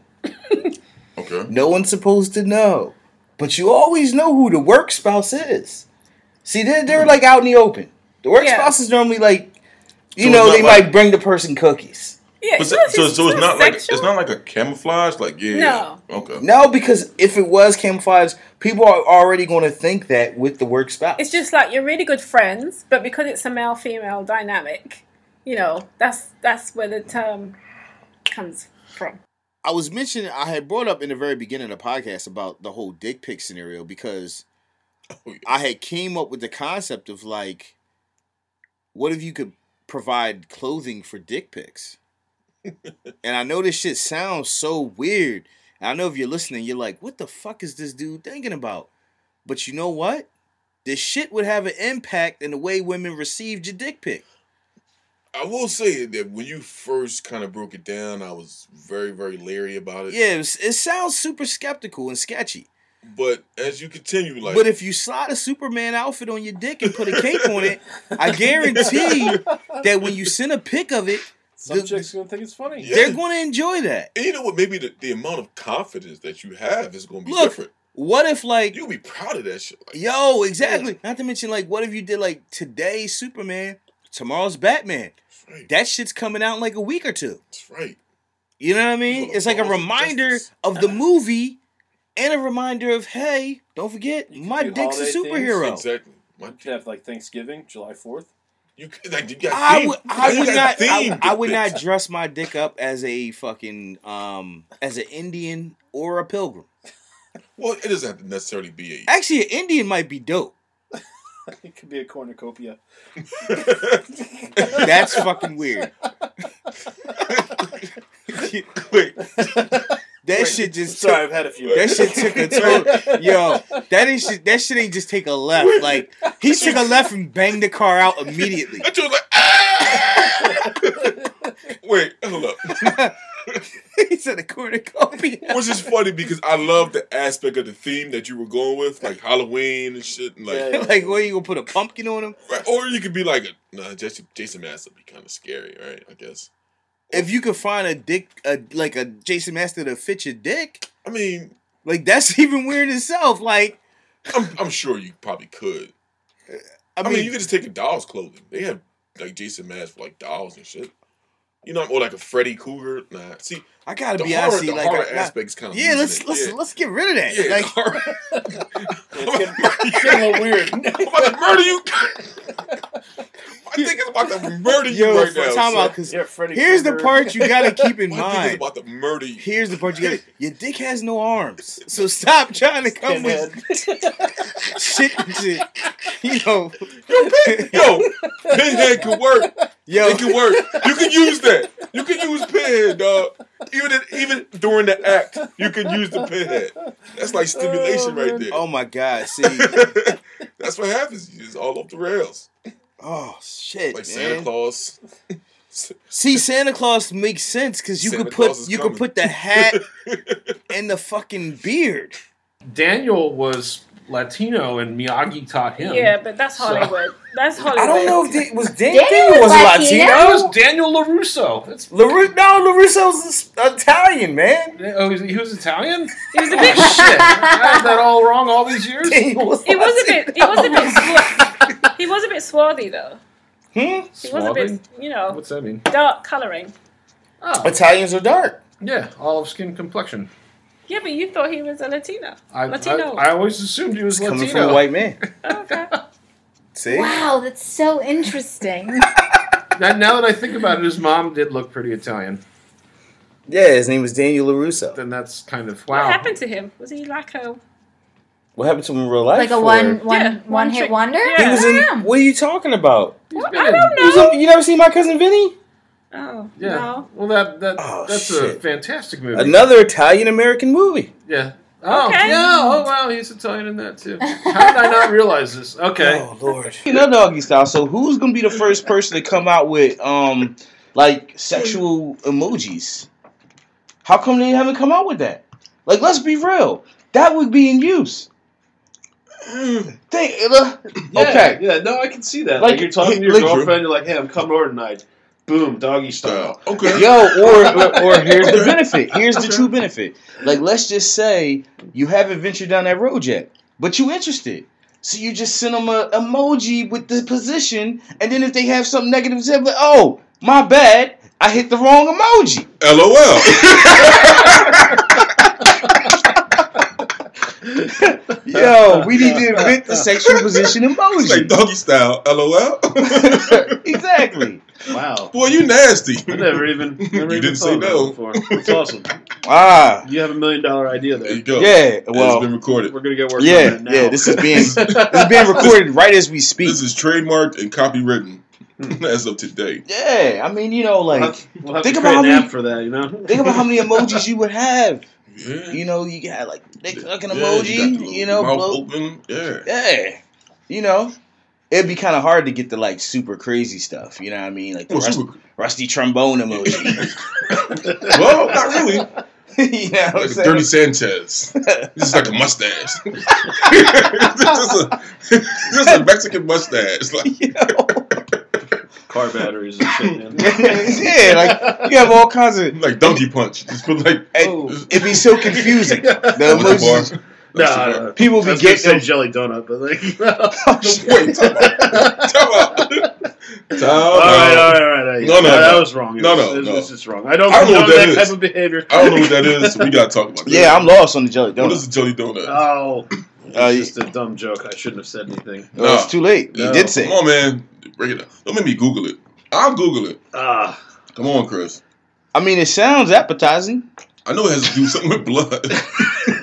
Okay.
No one's supposed to know. But you always know who the work spouse is. See, they're,
Hmm.
they're like out in the open. The work
Yeah.
spouse is normally like, you
So it's
know,
not
they
like-
might bring the person cookies.
Yeah,
But
it's
so,
not-
so, so it's not like it's
sexual.
not like a camouflage, like yeah.
No.
Okay.
No, because if it was camouflage, people are already going to think that with the work spouse.
It's just like you're really good friends, but because it's a male female dynamic, you know, that's that's where the term comes from.
I was mentioning I had brought up in the very beginning of the podcast about the whole dick pic scenario because
yeah.
I had came up with the concept of like, what if you could provide clothing for dick pics? and I know this shit sounds so weird. And I know if you're listening, you're like, what the fuck is this dude thinking about? But you know what? This shit would have an impact in the way women received your dick pic.
I will say that when you first kind of broke it down, I was very, very leery about it.
Yeah, it, was- it sounds super skeptical and sketchy.
But as you continue, like,
But if you slide a Superman outfit on your dick and put a cape on it, I guarantee that when you send a pic of it,
Some
the-
chicks gonna think it's funny.
Yeah.
they're going to enjoy that.
and you know what, maybe the, the amount of confidence that you have is going to be
Look.
different.
What if like
You'll be proud of that shit. Like,
yo, exactly. Not to mention like what if you did like today's Superman, tomorrow's Batman.
that's right.
That shit's coming out in like a week or two.
That's right.
You know what I mean?
Well,
It's like a
well,
reminder
justice.
of the movie and a reminder of hey, don't forget
You can
my
do
dick's a
holiday things.
superhero.
Exactly. My,
You could have like Thanksgiving, July Fourth.
you could- like you got.
I
theme-
would, I
you
would
got
not, I,
theme
I would
defense.
not dress my dick up as a fucking, um, as an Indian or a pilgrim.
Well, it doesn't have to necessarily be a.
Actually, an Indian might be dope.
It could be a cornucopia.
That's fucking weird.
Wait,
That
Wait,
shit just,
Sorry, I've had a few.
that shit took a toll. Yo, that ain't shit, that shit ain't just take a left. Like he took a left and banged the car out immediately.
I just like. Ah! Wait, hold up.
he said a cornucopia.
Which is funny because I love the aspect of the theme that you were going with, like Halloween and shit, and like.
Yeah, yeah.
like, what you gonna put a pumpkin on him?
Right, or you could be like, a, nah, Jason, Jason Mass would be kind of scary, right? I guess.
If you could find a dick, a, like a Jason Master to fit your dick.
I mean,
Like that's even weird itself. Like
I'm, I'm sure you probably could.
I
I
mean,
mean, you could just take a doll's clothing. They have like Jason Mass for like dolls and shit. You know, or like a Freddy Cougar. Nah, see,
I gotta
the
be
horror,
honest.
the
see, Like,
horror
I-
aspect is kind of
yeah, let's let's
yeah.
let's get rid of that.
yeah,
like,
the horror-
It's getting, it's getting a little weird.
I'm about to murder you. I think it's about to murder you
yo,
right
for-
now.
time
son.
out, 'cause
Yeah, Freddy.
here's the
Krueger.
part you gotta keep in
I think it's
mind.
about to murder you.
Here's the part you gotta. Your dick has no arms, so stop trying to come with
Pinhead.
shit. and shit. You know,
Yo, pinhead could work.
yo,
It can work. You can use that. You can use pinhead, dog. Even in- even during the act, you can use the pinhead. That's like stimulation right there.
oh my god, see,
That's what happens. You just all off the rails,
oh shit,
like Santa
man.
Claus.
See, Santa Claus makes sense because you
Santa
could
Claus
put
is
you
coming.
could put the hat and the fucking beard.
Daniel was Latino, and Miyagi taught him.
Yeah, but that's
So-
Hollywood. That's Hollywood.
I don't know if it was Dan
Daniel
Daniel was
was
Latino.
Latino.
That was Daniel Larusso. That's
LaRu- no, LaRusso's Italian, man.
Oh, he was, he was Italian? He was a bit shit. I had that all wrong all these years.
Daniel was
He was a bit. He was a bit. Swa- he was a bit swarthy though.
Hmm?
He was a bit, you know,
What's that mean?
dark coloring.
Oh,
Italians are dark.
yeah, olive skin complexion.
Yeah, but you thought he was a Latino.
I,
Latino.
I, I always assumed he was
Coming
Latino.
from a white man.
Oh, okay.
See?
Wow, that's so interesting.
Now, now that I think about it, his mom did look pretty Italian.
Yeah, his name was Daniel LaRusso.
Then that's kind of
What
wow.
happened to him? Was he like a?
What happened to him in real life?
like a
or-
one, one,
Yeah,
one
one
hit
trick-
wonder.
yeah.
He was in.
Damn.
What are you talking about?
He's been
I
in-
don't
He was
know.
on- you never seen my cousin Vinny?
Oh
Yeah.
no.
Well, that that
Oh,
that's a
shit.
fantastic movie.
Another Italian American movie.
yeah. Oh,
Okay.
yeah. Oh, wow. He's Italian in that, too. How did I not realize this? Okay.
Lord. You know doggy style. So who's gonna be the first person to come out with um like sexual emojis? How come they haven't come out with that? Like let's be real. That would be in use. Think, uh,
Yeah,
Okay.
Yeah, no, I can see that.
Like,
Like, you're talking to your
like-
girlfriend, you're like, hey, I'm coming over tonight. Boom, doggy style.
Style. Okay.
Yo, or, or or here's the benefit. Here's the true benefit. Like, let's just say you haven't ventured down that road yet, but you interested. So you just send them a emoji with the position, and then if they have something negative to say, but oh, my bad, I hit the wrong emoji.
LOL.
Yo, we need to invent the sexual position
It's like
emoji.
doggy style. LOL.
exactly.
Wow.
Boy, you nasty.
I never even, never
You
even
didn't
thought
say
about
no.
it before. It's awesome.
Ah,
You have a million dollar idea
There you
there.
go.
yeah.
it's been
Well,
recorded.
We're gonna get work.
yeah,
on that now.
yeah. This is being this is being recorded right as we speak.
This is trademarked and copywritten
Hmm.
as of today.
Yeah, I mean, you know,
We'll
like.
have, we'll have
Think
to
about
create
how
an
many-
app for that. You know,
Think about how many emojis you would have.
Yeah.
You know, you got like dick sucking
Yeah, got
emoji.
the
You,
little
know,
mouth
blow,
open. Yeah.
yeah. You know, it'd be kind of hard to get the like super crazy stuff. You know what I mean? Like the
Well,
rust,
Oh, super-
rusty trombone emoji.
well, not really.
you know, what I'm
Like a
saying?
Dirty Sanchez. This is like a mustache. just, a, just a Mexican mustache. Like,
You know?
car batteries and shit. Man.
yeah, like you have all kinds of.
like donkey punch. Just put like
and
Oh.
It'd be so confusing. The emojis.
Nah, nah,
Uh,
nah.
People
I
be
was gonna say
getting.
jelly donut, but like.
Wait, time out. Time out. Time
all right, all
out.
right, all right, all right.
No, no,
that
no.
was wrong.
No, no,
It was-
no.
This is wrong. I don't
I don't know
condone
what that
that
is.
type of behavior.
I don't know what that is. We gotta talk about that.
Yeah, I'm lost on the jelly
What
donut.
is a jelly donut?
Oh,
Uh,
it's just a dumb joke. I shouldn't have said anything.
Oh, it's too late. You
No.
did say.
Come on, man. Break it up. Don't make me Google it. I'll Google it.
Ah,
Come on, Chris.
I mean, it sounds appetizing.
I know it has to do something with blood.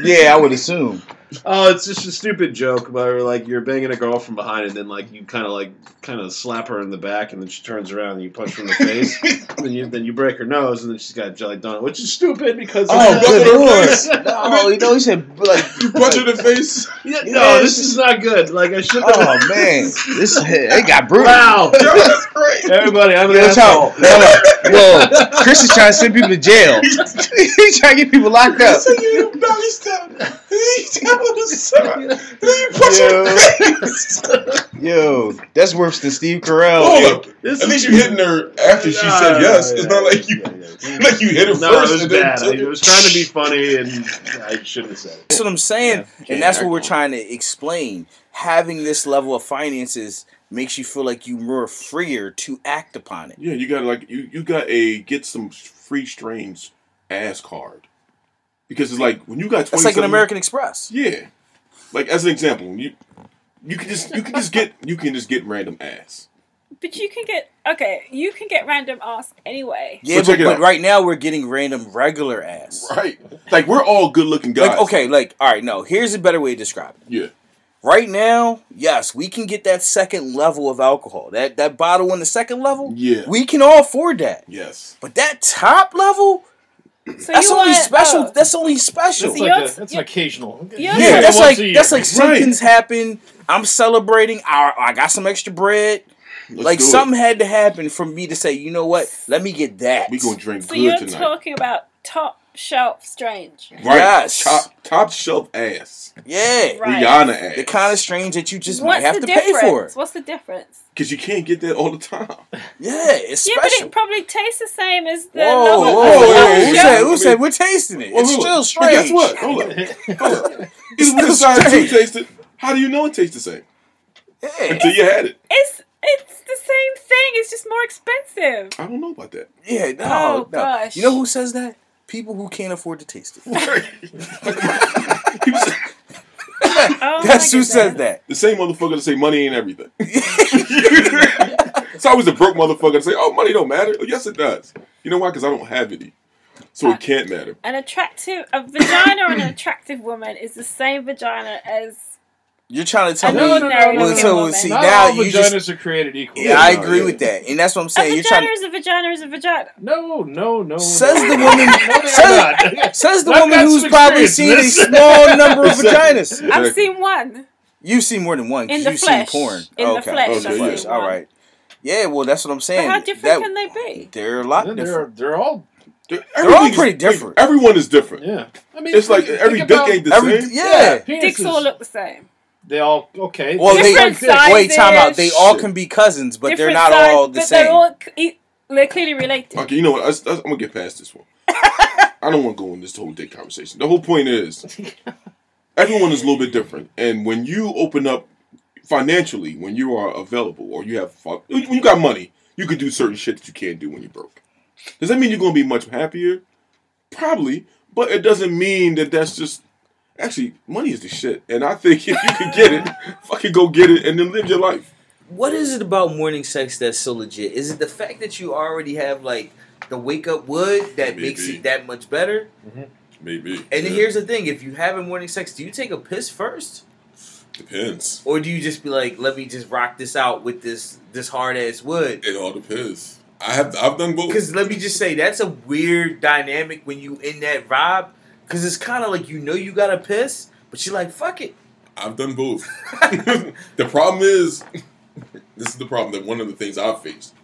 Yeah, I would assume.
oh, it's just a stupid joke where like you're banging a girl from behind, and then like you kind of like kind of slap her in the back, and then she turns around and you punch her in the face, and then you then you break her nose, and then she's got a jelly donut, which is stupid because
Oh,
good Oh,
good lord! No, you know he said like
you punch her in the face.
Yeah, no, this is not good. Like I should.
Oh man, this it got brutal.
Wow,
Yo, that's great.
everybody, I'm an
Yo,
asshole.
Tom, hold on. Whoa, Chris is trying to send people to jail. He's trying to get people locked up.
you belly stop. you punch her
Yo.
in the face.
Yo, that's worse than Steve Carell.
Hold up.
This
At
is-
least you hitting her after she
No,
said
no,
yes.
no,
It's
yeah,
not like you
yeah, yeah, yeah.
like you hit her
No,
first.
it was
and then
bad. I,
took
it was trying to be funny, and I shouldn't have said it.
That's what I'm saying,
Yeah.
and that's what we're trying to explain. Having this level of finances makes you feel like you're more freer to act upon it.
Yeah, you got like you you got a get some free strains ass card because it's like when you got
That's like an
27
American Express.
Yeah, like as an example, you you can just you can just get you can just get random ass.
But you can get okay. You can get random ass anyway.
Yeah,
So check
but,
it
but
out.
right now we're getting random regular ass.
Right, like we're all good looking guys.
Like okay, like all right, no. Here's a better way to describe it.
yeah,
Right now, yes, we can get that second level of alcohol. That that bottle on the second level,
Yeah.
we can all afford that.
yes.
But that top level,
So
that's
you
only
want-
special.
oh.
That's only special.
See,
Like
you're-
a- that's an occasional.
Yeah,
yeah,
yeah,
that's
once
like
a year.
that's like
Right.
something's happened. I'm celebrating. I I got some extra bread.
Let's
like
do it.
something had to happen for me to say, you know what? Let me get that.
We gonna drink
so
good
you're
tonight.
talking about top shelf strange.
right,
Yes.
top top shelf ass,
yeah,
Right.
Rihanna ass.
the kind of strange that you just
What's
might have
the
to pay
difference?
for.
What's the difference?
because you can't get that all the time.
Yeah, it's
Yeah, but
special.
it probably tastes the same as the
Whoa,
level.
whoa,
Oh,
whoa,
yeah,
whoa.
yeah,
Who
yeah.
said,
I
who
mean-
said we're tasting it?
Well,
It's
hold
still
up.
strange.
But guess what? Hold up. Hold up. It's
still
one size two
strange.
tasted. How do you know it tastes the same
Yeah,
until you had it?
It's it's the same thing. It's just more expensive.
I don't know about that.
yeah no,
Oh,
no.
gosh.
You know who says that? People who can't afford to taste it.
Oh,
That's
my
who says
goodness.
that.
The same motherfucker to say money ain't everything. it's always a broke motherfucker to say, "Oh, money don't matter." Yes, it does. You know why? Because I don't have any,
Uh,
so it can't matter.
An attractive a vagina on an attractive woman is the same vagina as
You're trying to tell
No,
me.
no, no, no,
well,
no,
so
no,
see
Not
now
all
you
vaginas
just.
are created equal.
Yeah, I
Yeah,
agree
yeah.
with that, and that's what I'm
A
saying. You're trying.
vagina is a vagina is a vagina.
No, no, no.
Says
no.
the woman.
No, they're
says,
not.
says the
I've
woman
got
who's
some
probably seen a
experience in
small number of
Exactly.
vaginas.
I've seen one.
You've seen more than one. 'cause
In the
You've
flesh.
seen porn.
In the
okay.
flesh,
I've
Okay.
seen
All
one.
right. Yeah. Well, that's what I'm saying.
But how different
That-
can they be?
They're a lot
Then
different.
They're, they're all.
They're
all pretty different.
everyone is different.
Yeah. I mean,
It's like
think
every
about-
dick ain't the
Every,
same.
yeah.
penises,
Dicks all look the same.
They all okay.
Well, they
Different sizes.
wait. Time out. They all can be cousins, but they're not
Different size,
all the
but
same.
They're all c- they're clearly related.
Okay, you know what? I, am gonna get past this one. I don't want to go in this whole dick conversation. The whole point is, everyone is a little bit different, and when you open up financially, when you are available or you have fu- when you got money, you can do certain shit that you can't do when you're broke. Does that mean you're gonna be much happier? Probably, but it doesn't mean that that's just. Actually, money is the shit, and I think if you can get it, fucking go get it, and then live your life.
What is it about morning sex that's so legit? Is it the fact that you already have like the wake up wood that
Maybe.
makes it that much better?
Maybe.
And
Yeah.
here's the thing: if you have a morning sex, do you take a piss first,
depends.
or do you just be like, "Let me just rock this out with this this hard ass wood"?
It all depends. I have I've done both.
Because let me just say, that's a weird dynamic when you in that vibe. Because it's kind of like you know you gotta piss, but you're like, "Fuck it."
I've done both. the problem is, this is the problem that one of the things I faced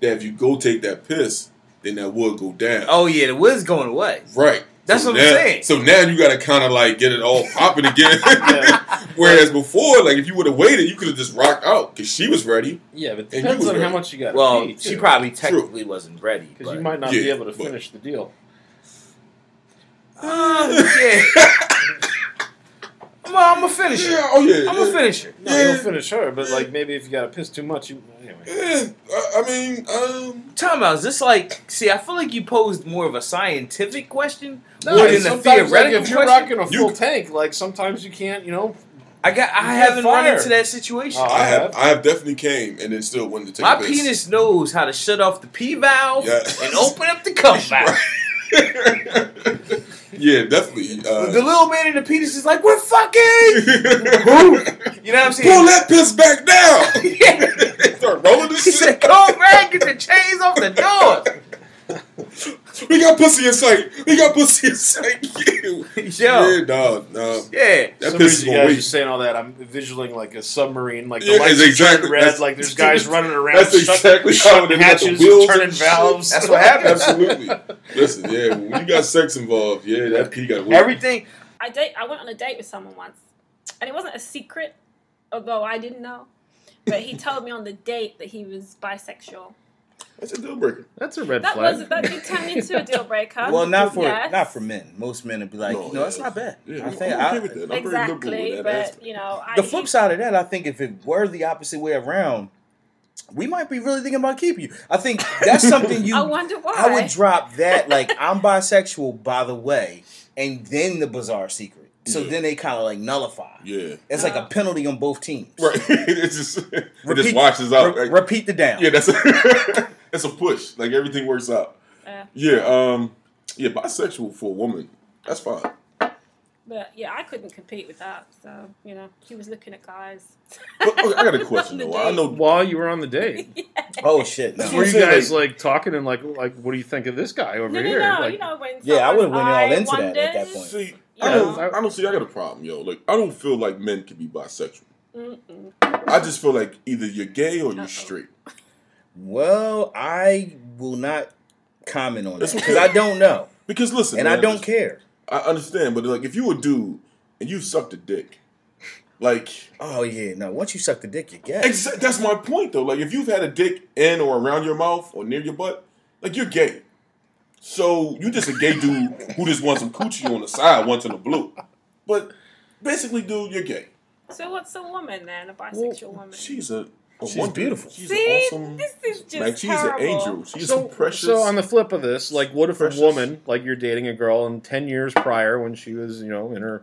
that if you go take that piss, then that would go down.
Oh yeah, the wood's going away.
right.
That's
So
what I'm
now-
saying.
So now you got to kind of like get it all popping again.
Yeah.
Whereas before, like if you would have waited, you could have just rocked out because she was ready.
yeah, but it
you
depends
was
on how
ready.
much you got.
Well, she probably technically
technically
wasn't ready.
because you might not be
Yeah,
able to
but-
finish the deal.
Ah, yeah. I'm gonna finish her.
Yeah. Oh yeah.
I'm gonna
yeah.
finish her.
No,
Yeah.
you'll finish her, but like maybe if you got to piss too much, you anyway.
Yeah. I, I mean, um,
Time out. Is this like? See, I feel like you posed more of a scientific question
No,
more
and
than a
sometimes,
theoretical
like, if you're
question.
rocking a full
You-
tank, like sometimes you can't, you know.
I got. I
You can't
haven't run
fire.
into that situation.
Oh,
I
I
have
have.
I have definitely came and then still wanted to take.
My
a piss.
penis knows how to shut off the pee valve
Yeah.
and open up the cum valve.
yeah, definitely. Uh,
The little man in the penis is like, "We're fucking." You know what I'm
Pull
saying?
that piss back down. Start rolling
He
this
said,
shit.
"Go, man, get the chains off the door."
We got pussy in sight. We got pussy in sight. Yo. Yeah,
Yo,
no, no.
yeah.
That
Some
piss is gonna
reason you guys
wait.
are saying all that. I'm visualing like a submarine, like the
Yeah,
lights
it's exactly-
exactly, red,
that's-
like there's guys running around,
That's
shut-
exactly how it
shutting
is. Got the
hatches,
wheels
and turning
and shit.
valves.
That's what happens.
Absolutely. Listen, yeah, when you got sex involved, yeah, that pee got wet.
Everything.
I date. I went on a date with someone once, and it wasn't a secret, although I didn't know. But he told me on the date that he was bisexual.
That's a deal breaker.
That's a red
That
flag.
was that did turn into a deal breaker.
Well, not for
Yes.
not for men. Most men would be like, "No, that's not bad."
Yeah,
I
I'm,
think
I'm
I-
okay with that. I'm very liberal
exactly,
with that
but
aspect.
you know, I,
the flip side of that, I think if it were the opposite way around, we might be really thinking about keeping you. I think that's something you.
I wonder why.
I would drop that like I'm bisexual, by the way, and then the bizarre secret. So
Yeah.
then they kind of like nullify.
Yeah.
It's like a penalty on both teams.
Right. it just, it just washes out.
re-
Like,
repeat the down.
yeah, that's a, that's a push. Like everything works out.
Yeah.
Yeah, um, yeah, bisexual for a woman, that's fine.
but yeah, I couldn't compete with that. So you know, he was looking at guys.
But, okay, I got a question though. I know
While you were on the date,
Oh shit! No.
That's
were
what I'm
you
saying,
guys
like-
like talking and like like what do you think of this guy over
No, no,
here?
no.
Like,
you know, when
Yeah, I would've
someone's
went all
eye
into that at that
wanders,
see I
Yeah.
don't I don't see I got a problem, yo. Like I don't feel like men can be bisexual.
Mm-mm.
I just feel like either you're gay or you're
Uh-oh.
straight.
Well, I will not comment on that
That's
because
okay.
I don't know
Because listen,
and I
man,
don't care.
I understand, but like if you a dude and you sucked a dick, like
Oh yeah, no. Once you suck the dick, you get.
exa- that's my point though. Like if you've had a dick in or around your mouth or near your butt, like you're gay. So you just a gay dude who just wants some coochie on the side, once in the blue. But basically, dude, you're gay.
So what's a woman then? A bisexual woman.
She's a, a
She's
wonder.
beautiful.
She's
See,
an awesome.
this is just
like she's
terrible.
an angel. She's
so,
a precious.
so on the flip of this, like what if
precious.
a woman, like you're dating a girl and ten years prior when she was, you know, in her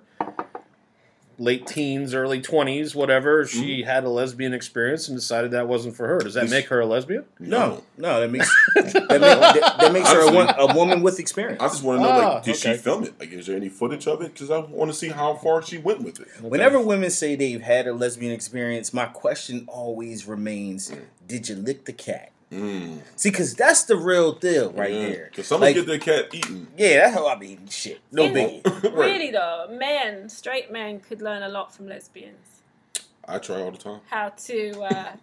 late teens, early 20s, whatever, she had a lesbian experience and decided that wasn't for her. Does that
Mm-hmm. This-
make her a lesbian?
No, no, that makes that, make, that, that makes her a, wo- a woman with experience.
I just want to know, like,
Ah,
did she
okay.
film it? Like, is there any footage of it? Because I want to see how far she went with it.
Whenever women say they've had a lesbian experience, my question always remains: Did you lick the cat?
Mm,
See, because that's the real deal right
yeah.
there.
Cause someone
Like-
get their cat eaten.
Yeah, that's how I be eating shit. No
Isn't
biggie.
it?
right.
Really though, men, straight men, could learn a lot from lesbians.
I try all the time.
How to, uh,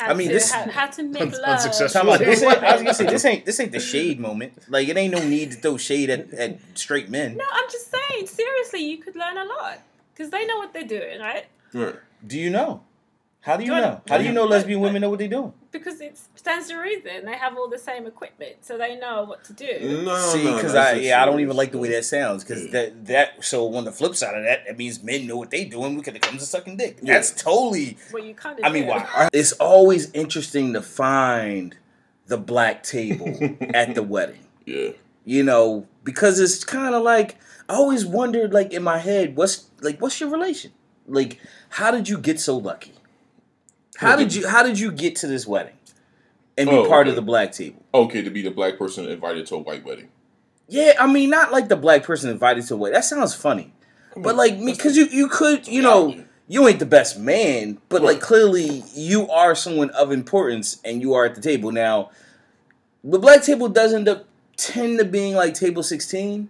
how
I mean,
to,
this-
how, how to make
Un-
love.
unsuccessful.
Talking about this, ain't, I was gonna say this ain't this ain't the shade moment. Like it ain't no need to throw shade at, at straight men.
No, I'm just saying. Seriously, you could learn a lot because they know what they're doing, right?
Right.
Do you know? How do you
Do I-
know? How do you know lesbian women know what they doing?
Because it stands to reason they have all the same equipment, so they know what to do.
No,
See,
no,
because
that's
I
not
yeah I
true.
don't even like the way that sounds. Because
Yeah.
that that so on the flip side of that, that means men know what they doing when it comes to sucking dick.
Yeah.
That's totally.
Well, you kind of.
I mean, wow. It's always interesting to find the black table at the wedding.
Yeah.
You know, because it's kind of like I always wondered, like in my head, what's like what's your relation? Like, how did you get so lucky? How did you how did you get to this wedding and be
Oh,
part of
okay.
the black table?
Okay, to be the black person invited to a white wedding.
Yeah, I mean, not like the black person invited to a wedding. That sounds funny, but like me, because you you could you know you ain't the best man, but like
Right.
clearly you are someone of importance and you are at the table now. The black table does end up tend to being like table sixteen,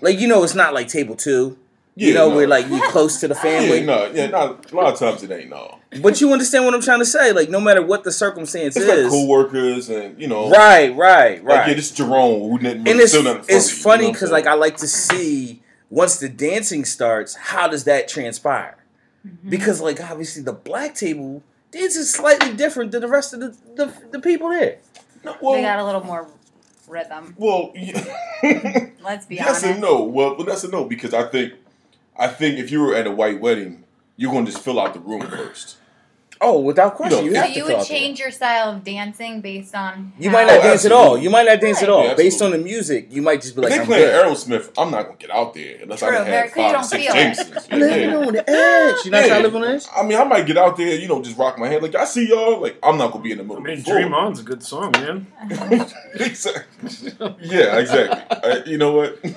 like you know it's not like table two. You
Yeah,
know
no.
where like you close to the family,
Yeah, no, yeah, not, a lot of times it ain't no.
but you understand what I'm trying to say. Like no matter what the circumstance
It's
is,
like coworkers and you know,
right, right, right.
Like, yeah, this Jerome who didn't
and it's
still nothing
it's
from you,
funny
you know
because
what I'm
like I like to see once the dancing starts, how does that transpire?
Mm-hmm.
Because like obviously the black table dance is slightly different than the rest of the the, the people there.
saying? well,
they got a little more rhythm.
well, yeah.
Let's be
yes
honest.
and no. Well, well, that's a no because I think, I think if you were at a white wedding, you're going to just fill out the room first.
Oh, without question,
No,
you
it-
So
have to
you
fill
would
out the-
change your style of dancing based on
You
how-
might not
Oh,
dance at all. You might not dance at
Right.
all.
Yeah,
Based on the music, you might just be like,
if they
"I'm
playing
good."
Aerosmith, I'm not going to get out there unless
True,
I done
Mary,
had
'cause you
five or
don't
six
feel it.
Jamesons. Yeah,
Living
yeah.
on the edge. You know how
Yeah.
I live on the edge?
I mean, I might get out there, you know, just rock my head. Like I see y'all. Like I'm not gonna be in the
I
middle.
mean,
of the floor.
Dream On's a good song, man.
exactly. Yeah, exactly. I, you know what?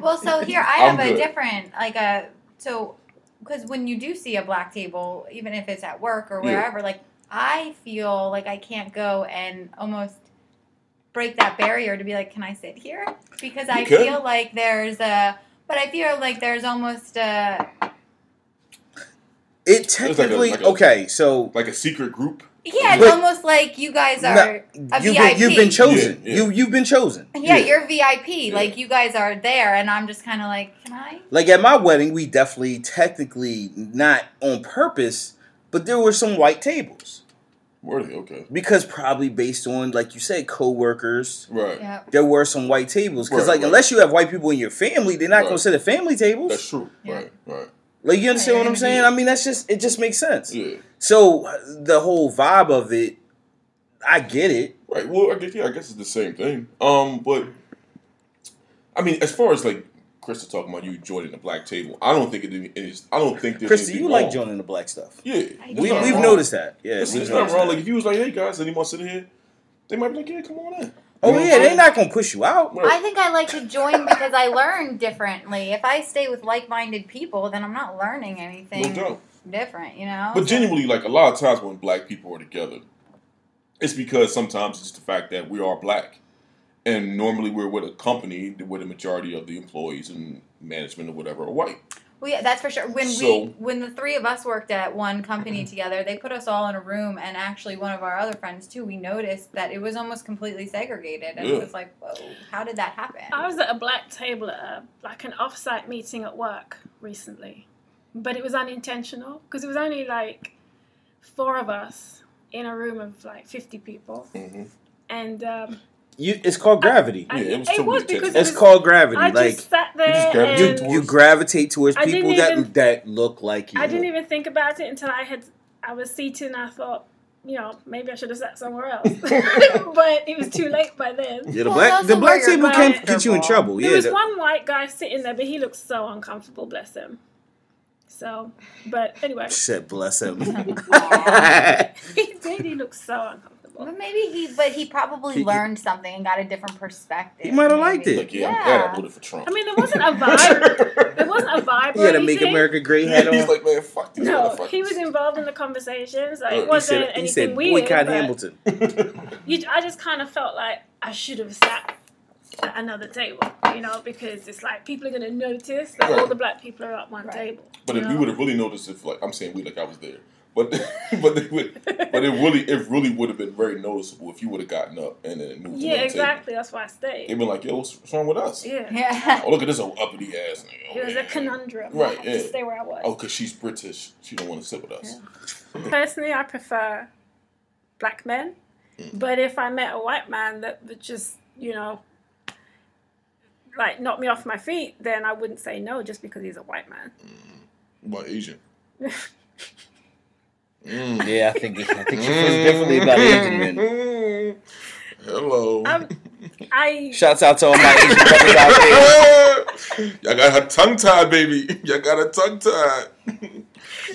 Well, so here I
I'm
have a
good.
different like a so because when you do see a black table, even if it's at work or
Yeah.
wherever, like I feel like I can't go and almost break that barrier to be like, can I sit here? Because I
could.
feel like there's a, but I feel like there's almost a
It
like a-
technically
like a-
okay. So
Like a secret group.
yeah, it's
But-
almost like you guys
No,
are a
you've
VIP.
been, you've been chosen.
Yeah, yeah.
You you've been chosen.
yeah,
yeah.
you're VIP.
Yeah.
Like you guys are there, and I'm just kind of like, can I?
Like at my wedding, we definitely technically not on purpose, but there were some white tables
Were they okay?
because probably based on like you said, coworkers.
Right.
Yeah.
There were some white tables because
Right,
like
right.
unless you have white people in your family, they're not
Right.
going to sit at family tables.
That's true.
Yeah.
Right. Right.
Like you understand
Yeah,
what I'm
yeah.
saying? I mean, that's just it. Just makes sense.
Yeah.
So the whole vibe of it, I get it.
Right. Well, I guess yeah. I guess it's the same thing. Um, but I mean, as far as like Krista talking about you joining the black table, I don't think it it is. I don't think there's
Krista,
anything
you like
wrong.
joining the black stuff.
Yeah.
I
We,
Yeah.
we've noticed that. Yeah,
It's,
we've
it's not
noticed
wrong.
that.
Like if you was like, hey guys, anyone sitting here, they might be like, yeah, come on in.
Oh yeah, they're not going to push you out.
Oh.
Right.
I think I like to join because I learn differently. If I stay with like-minded people, then I'm not learning
No
anything
doubt.
different, you know.
But genuinely, like a lot of times when black people are together, it's because sometimes it's just the fact that we are black, and normally we're with a company where the majority of the employees and management or whatever are white.
we, that's for sure. When
So-
we when the three of us worked at one
Mm-hmm.
company together, they put us all in a room, and actually one of our other friends too. We noticed that it was almost completely segregated, and
Yeah.
it was like, whoa, how did that happen?
I was at a black table at a, like an off-site meeting at work recently, but it was unintentional because it was only like four of us in a room of like 50 people,
Mhm.
and um,
You, it's called gravity.
I,
Yeah, it was too many
because it
It's
was-
called gravity.
I
like
just sat
You just
there
grabbed
you,
it
and
towards-
you gravitate towards
I didn't
people that
even-
that look like you.
I didn't even think about it until I had I was seated and I thought, you know, maybe I should have sat somewhere else. but it was too late by then.
Yeah, the
Well,
black
that's
the
the
black
way
table
you're
can
comfortable.
get you in trouble.
There
yeah,
was
the-
one white guy sitting there, but he looked so uncomfortable, bless him. So, but anyway,
Shit, bless him.
he did. He looked so uncomfortable.
But maybe he, but he probably
He- he-
learned something and got a different perspective.
He might have liked
maybe.
it.
Look, yeah, I'm glad
Yeah.
I voted for Trump.
I mean, there wasn't a vibe. There wasn't a vibe.
he
or
had a Make
anything.
America Great hat
yeah, he's
on.
like, man, fuck these
No,
motherfuckers.
he was involved in the conversations. Like,
Uh,
it
he
wasn't
said, he
anything
said
weird.
boycott
but
Hamilton.
You, I just kind of felt like I should have sat at another table, you know, because it's like people are going to notice that all the black people are at one table.
But if
know?
you would have really noticed, if like I'm saying we, like I was there, but but they would, but it really, it really would have been very noticeable if you would have gotten up and then moved. to
Yeah,
another
exactly. That's why I
Table. They'd
stayed.
been like, yo, what's, what's wrong with us?
Yeah.
Yeah.
Oh, look at this old uppity ass nigga. over
It was a
there.
conundrum.
Right,
I had to
yeah.
stay where I was.
Oh, cause she's British. She don't want to sit with us.
Personally, I prefer black men,
Mm.
but if I met a white man that would just, you know, like knock me off my feet, then I wouldn't say no just because he's a white man.
What Asian?
yeah, I think I think she feels differently about Asian men.
Mm. Hello.
Um,
Mm.
I
Shouts out to all my Asian brothers out there.
Y'all got her tongue tied, baby. Y'all got her tongue tied.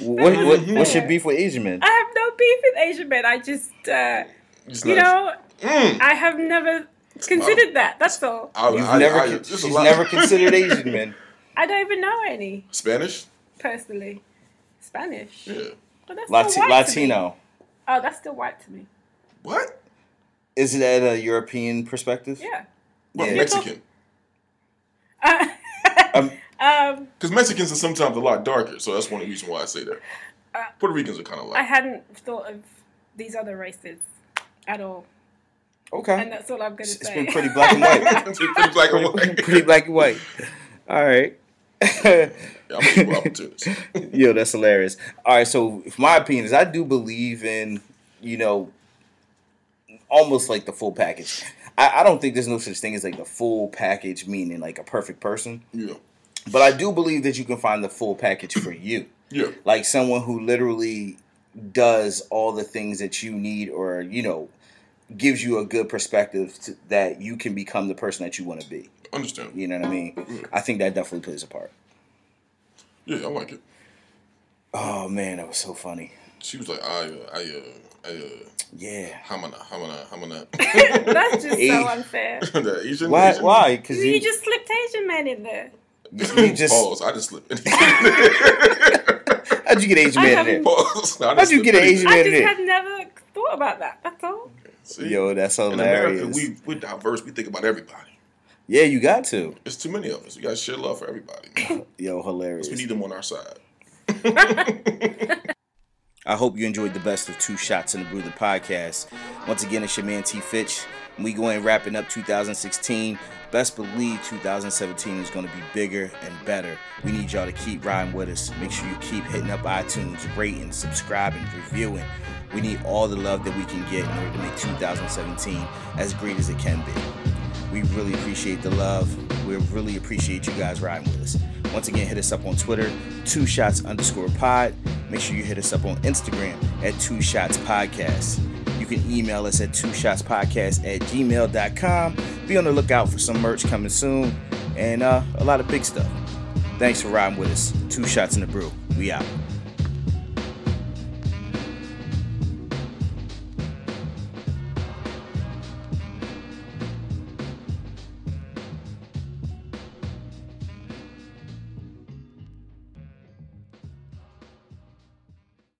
What, what, what's your beef with Asian men?
I have no beef with Asian men. I just, uh,
It's
you
nice.
know,
Mm.
I have never considered that. That's all.
I,
You've
I-
never,
I-
con-
there's a
she's
lot-
never considered Asian men.
I don't even know any
Spanish.
personally. Spanish.
Yeah.
But that's still
Mm. Lati-
white To me.
Latino.
Oh, that's still white to me.
What?
Is it at a European perspective?
Yeah.
What
Yeah.
Mexican?
Uh,
Um,
um,
Because Mexicans are sometimes a lot darker, so that's one reason why I say that.
Uh,
Puerto Ricans are kind of
I
like.
hadn't thought of these other races at all, and
Okay.
that's all I'm gonna
It's it's
say.
been pretty black and white.
Pretty black and white.
pretty black and white. All right.
Yeah, I'm an equal opportunist.
Yo, that's hilarious. All right, so my opinion is I do believe in, you know, almost like the full package. I, I don't think there's no such thing as like the full package, meaning like a perfect person.
Yeah.
But I do believe that you can find the full package for you.
Yeah.
Like someone who literally does all the things that you need or, you know, gives you a good perspective to, that you can become the person that you want to be.
Understand.
You know what I mean? I think that definitely plays a part.
Yeah, I like it.
Oh man, that was so funny.
She was like, I, uh, I, uh, I, uh,
Yeah.
Hamana, Hamana, Hamana.
that's just
Asian.
so unfair.
the Asian.
Why?
Asian?
Why? Because
You, you just slipped Asian men in there.
you just
Pause. I just slipped.
how'd you get Asian
I
man in
haven't-
there?
Pause. I
How'd you
slipped
get an
in.
I
Asian man in
just have
there?
never thought about that. That's all.
See?
Yo, that's
In America,
hilarious.
we, we're diverse. We think about everybody.
Yeah, you got to.
It's too many of us. We got to share love for everybody.
Yo,
we
hilarious.
need them on our side.
I hope you enjoyed the best of two shots in the brew the podcast. Once again, it's your man T Fitch. and We going wrapping up 2016. Best believe 2017 is going to be bigger and better. We need y'all to keep riding with us. Make sure you keep hitting up iTunes, rating, subscribing, reviewing. We need all the love that we can get in order to make 2017 as great as it can be. We really appreciate the love. We really appreciate you guys riding with us. Once again, hit us up on Twitter, two shots underscore pod. Make sure you hit us up on Instagram at two shots podcast. You can email us at two shots podcast at gmail.com. Be on the lookout for some merch coming soon and uh, a lot of big stuff. Thanks for riding with us. Two shots in the brew. We out.